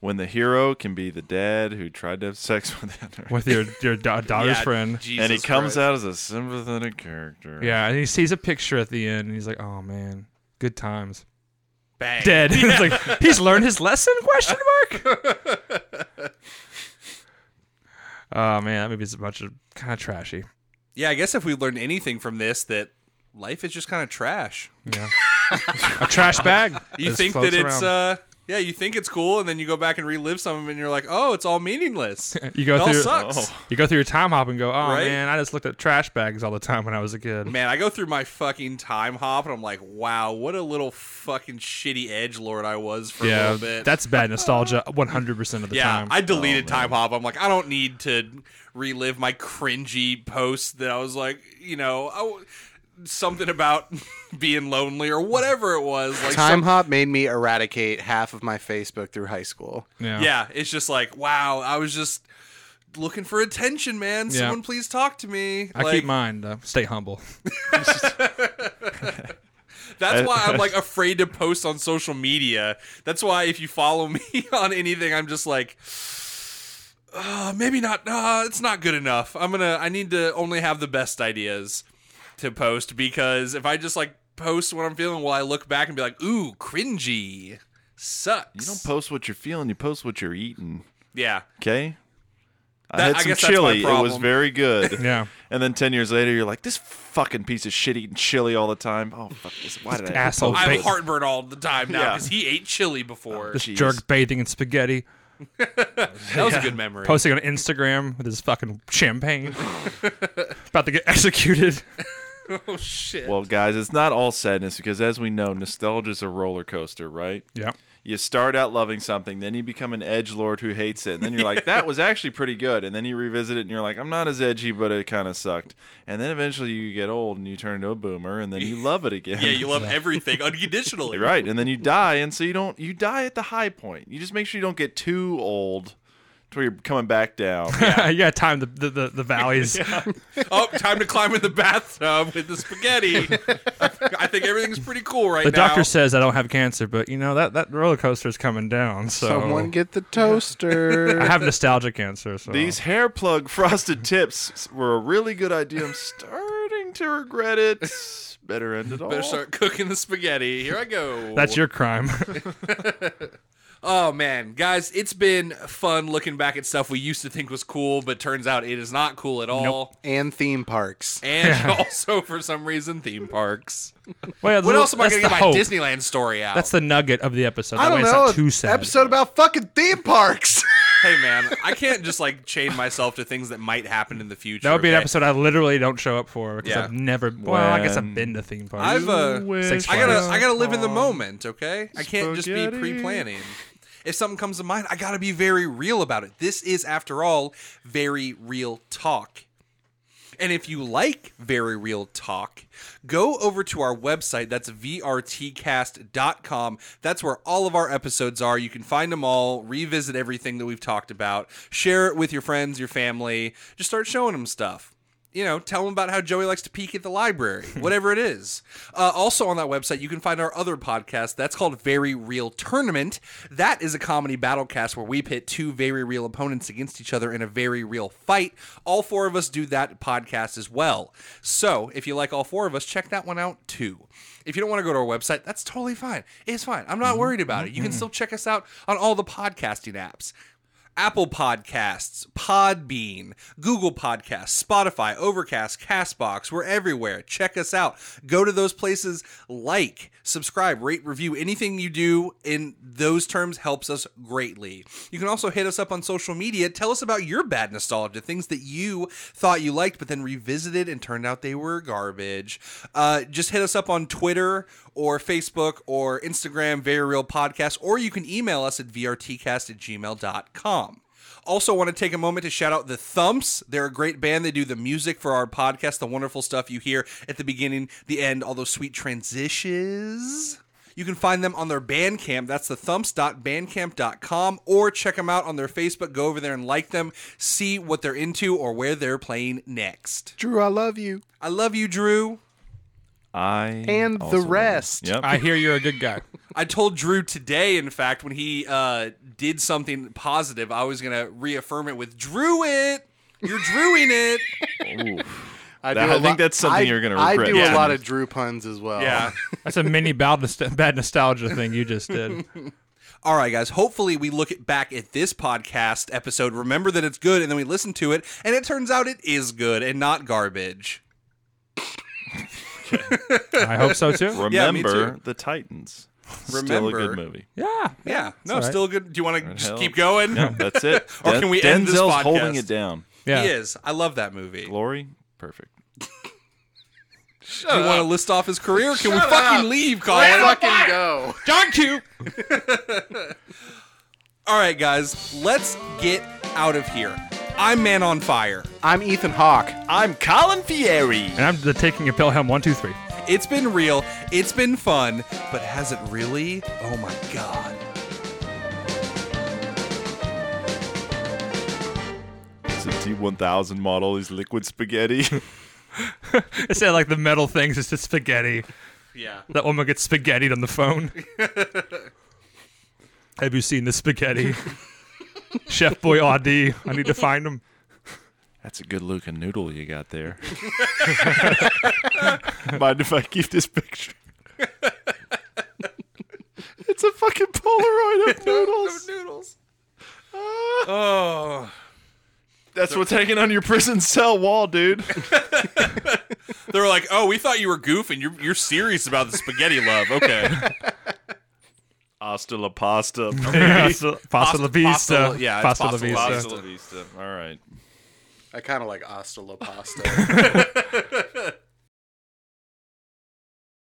Speaker 2: When the hero can be the dad who tried to have sex with the other.
Speaker 3: With your your da- daughter's
Speaker 1: Yeah,
Speaker 3: friend,
Speaker 1: Jesus
Speaker 2: and he comes
Speaker 1: Christ.
Speaker 2: out as a sympathetic character.
Speaker 3: yeah, and he sees a picture at the end, and he's like, oh man, good times.
Speaker 1: Bang.
Speaker 3: dead. it's like he's learned his lesson? Question mark. oh man, that movie's a bunch of kind of trashy.
Speaker 1: Yeah, I guess if we learned anything from this, that life is just kind of trash.
Speaker 3: Yeah, a trash bag.
Speaker 1: You
Speaker 3: just
Speaker 1: think that
Speaker 3: floats
Speaker 1: it's
Speaker 3: around.
Speaker 1: uh, yeah, you think it's cool, and then you go back and relive some of it, and you're like, oh, it's all meaningless. it
Speaker 3: you go
Speaker 1: uh, all
Speaker 3: through
Speaker 1: sucks.
Speaker 2: Oh,
Speaker 3: you go through your time hop and go, oh
Speaker 1: Right?
Speaker 3: man, I just looked at trash bags all the time when I was a kid.
Speaker 1: Man, I go through my fucking time hop, and I'm like, wow, what a little fucking shitty edge lord I was for a
Speaker 3: Yeah,
Speaker 1: little bit.
Speaker 3: that's bad nostalgia, one hundred percent of the
Speaker 1: yeah,
Speaker 3: time. Oh,
Speaker 1: I deleted time hop. I'm like, I don't need to relive my cringy post that I was like, you know, I w- something about being lonely or whatever it was. Like
Speaker 4: Time
Speaker 1: some-
Speaker 4: Hop made me eradicate half of my Facebook through high school.
Speaker 3: yeah.
Speaker 1: yeah, it's just like, wow, I was just looking for attention, man.
Speaker 3: Yeah.
Speaker 1: Someone please talk to me.
Speaker 3: I
Speaker 1: like,
Speaker 3: keep mine. Though. Stay humble.
Speaker 2: Uh,
Speaker 1: That's why I'm like afraid to post on social media. That's why if you follow me on anything, I'm just like, uh, maybe not. Uh, it's not good enough. I'm gonna. I need to only have the best ideas to post because if I just like post what I'm feeling, well, I look back and be like, ooh, cringy, sucks.
Speaker 2: You don't post what you're feeling. You post what you're eating.
Speaker 1: yeah,
Speaker 2: Okay. I
Speaker 1: That-
Speaker 2: had
Speaker 1: I
Speaker 2: some
Speaker 1: guess that's my
Speaker 2: chili. It was
Speaker 1: problem.
Speaker 2: very good.
Speaker 3: Yeah.
Speaker 2: And then ten years later, you're like, this fucking piece of shit eating chili all the time. Oh fuck! This, why did I?
Speaker 3: Asshole.
Speaker 1: I have
Speaker 3: Ba-
Speaker 1: heartburn all the time now
Speaker 2: Yeah.
Speaker 1: because he ate chili before.
Speaker 2: Jeez.
Speaker 3: jerk bathing in spaghetti.
Speaker 1: That was a good memory.
Speaker 3: posting on Instagram with his fucking champagne, about to get executed.
Speaker 1: oh shit!
Speaker 2: Well, guys, it's not all sadness because, as we know, nostalgia is a roller coaster, right?
Speaker 3: Yeah,
Speaker 2: you start out loving something, then you become an edge lord who hates it, and then you're like, that was actually pretty good, and then you revisit it, and you're like, I'm not as edgy, but it kind of sucked, and then eventually you get old and you turn into a boomer, and then you love it again.
Speaker 1: Yeah, you love everything unconditionally.
Speaker 2: You're right, and then you die, and so you don't you die at the high point. You just make sure you don't get too old, till you're coming back down.
Speaker 3: Yeah, you gotta time the the, the, the valleys.
Speaker 1: Oh, time to climb in the bathtub with the spaghetti. I think everything's pretty cool right
Speaker 3: The
Speaker 1: now.
Speaker 3: doctor says I don't have cancer, but you know that that roller coaster is coming down. So
Speaker 4: Someone get the toaster.
Speaker 3: I have nostalgic cancer. So
Speaker 2: These hair plug frosted tips were a really good idea. I'm starting to regret it. Better end it all.
Speaker 1: Better start cooking the spaghetti. Here I go.
Speaker 3: that's your crime.
Speaker 1: Oh man, guys, it's been fun looking back at stuff we used to think was cool, but turns out it is not cool at all.
Speaker 4: and theme parks.
Speaker 1: And also, for some reason, theme parks.
Speaker 3: Well,
Speaker 1: What else am I
Speaker 3: that's
Speaker 1: going to get
Speaker 3: the
Speaker 1: my
Speaker 3: hope.
Speaker 1: Disneyland story out?
Speaker 3: That's the nugget of the episode. That
Speaker 4: I
Speaker 3: way
Speaker 4: don't
Speaker 3: it's
Speaker 4: know.
Speaker 3: not too sad.
Speaker 4: Episode about fucking theme parks.
Speaker 1: hey man, I can't just like chain myself to things that might happen in the future.
Speaker 3: that would be an
Speaker 1: okay?
Speaker 3: episode I literally don't show up for because
Speaker 1: Yeah.
Speaker 3: I've never. Well, I guess
Speaker 2: When-
Speaker 3: I've been to theme parks.
Speaker 1: I've uh,
Speaker 3: Six
Speaker 1: I gotta
Speaker 3: Flags.
Speaker 1: I gotta live in the moment, okay? I can't just be
Speaker 2: Spaghetti.
Speaker 1: pre-planning. If something comes to mind, I gotta be very real about it. This is, after all, very real talk. And if you like very real talk, go over to our website. That's vrtcast.com. That's where all of our episodes are. You can find them all, revisit everything that we've talked about, share it with your friends, your family. Just start showing them stuff. You know, tell them about how Joey likes to peek at the library, whatever it is. Uh, also, on that website, you can find our other podcast. That's called Very Real Tournament. That is a comedy battle cast where we pit two very real opponents against each other in a very real fight. All four of us do that podcast as well. So, if you like all four of us, check that one out too. If you don't want to go to our website, that's totally fine. It's fine. I'm not worried about it. You can still check us out on all the podcasting apps. Apple Podcasts, Podbean, Google Podcasts, Spotify, Overcast, Castbox. We're everywhere. Check us out. Go to those places, like, subscribe, rate, review. Anything you do in those terms helps us greatly. You can also hit us up on social media. Tell us about your bad nostalgia, things that you thought you liked, but then revisited and turned out they were garbage. Uh, just hit us up on Twitter or Facebook or Instagram, Very Real Podcast, or you can email us at vrtcast at gmail.com. Also, want to take a moment to shout out the Thumps. They're a great band. They do the music for our podcast, the wonderful stuff you hear at the beginning, the end, all those sweet transitions. You can find them on their Bandcamp. That's the thumps.bandcamp.com or check them out on their Facebook. Go over there and like them, see what they're into or where they're playing next.
Speaker 4: Drew, I love you.
Speaker 1: I love you, Drew.
Speaker 2: I
Speaker 4: And the
Speaker 2: also love it.
Speaker 4: rest.
Speaker 2: Yep.
Speaker 3: I hear you're a good guy.
Speaker 1: I told Drew today, in fact, when he uh, did something positive, I was going to reaffirm it with Drew it. You're Drewing it.
Speaker 4: I,
Speaker 2: That-
Speaker 4: do
Speaker 2: I
Speaker 4: a
Speaker 2: think
Speaker 4: lot-
Speaker 2: that's something
Speaker 4: I-
Speaker 2: you're gonna
Speaker 4: I
Speaker 2: regret.
Speaker 4: do
Speaker 2: Yeah.
Speaker 4: a lot of Drew puns as well.
Speaker 1: Yeah.
Speaker 3: That's a mini bad, nost- bad nostalgia thing you just did.
Speaker 1: All right, guys. Hopefully, we look at- back at this podcast episode, remember that it's good, and then we listen to it, and it turns out it is good and not garbage.
Speaker 3: I hope so too.
Speaker 1: Yeah, me too.
Speaker 2: Remember the Titans. Still a
Speaker 1: Remember-
Speaker 2: good movie.
Speaker 3: Yeah.
Speaker 1: Yeah. No,
Speaker 3: all right.
Speaker 1: still good. Do you want to just
Speaker 2: hell.
Speaker 1: keep going?
Speaker 2: No, that's it.
Speaker 1: Or can we
Speaker 2: Denzel's
Speaker 1: end this podcast?
Speaker 2: holding it down.
Speaker 3: Yeah.
Speaker 1: He is. I love that movie.
Speaker 2: Glory, perfect.
Speaker 1: Do you want to list off his career? Can we fucking leave, Colin?
Speaker 4: Fucking go.
Speaker 3: John Q.
Speaker 1: All right, guys. Let's get out of here. I'm Man on Fire.
Speaker 4: I'm Ethan Hawke.
Speaker 2: I'm Colin Fieri.
Speaker 3: And I'm the taking a pill. Helm one two three.
Speaker 1: It's been real. It's been fun. But has it really? Oh my God.
Speaker 2: It's a T1000 model. He's liquid spaghetti.
Speaker 3: It's not like the metal things. It's just spaghetti.
Speaker 1: Yeah.
Speaker 3: That woman gets spaghettied on the phone. Have you seen the spaghetti? Chef Boy Audi. I need to find him.
Speaker 2: That's a good looking noodle you got there. Mind if I keep this picture? it's a fucking Polaroid of noodles.
Speaker 1: Noodles. Oh.
Speaker 2: That's what's hanging on your prison cell wall, dude.
Speaker 1: They were like, "Oh, we thought you were goofing. You're you're serious about the spaghetti love." Okay.
Speaker 2: Hasta la pasta.
Speaker 3: Pasta, pasta la vista.
Speaker 1: pasta- yeah, it's
Speaker 3: Pasta
Speaker 1: pasta
Speaker 3: la
Speaker 1: la
Speaker 3: vista.
Speaker 1: vista.
Speaker 2: la vista. All right.
Speaker 4: I kind of like Asta La Pasta.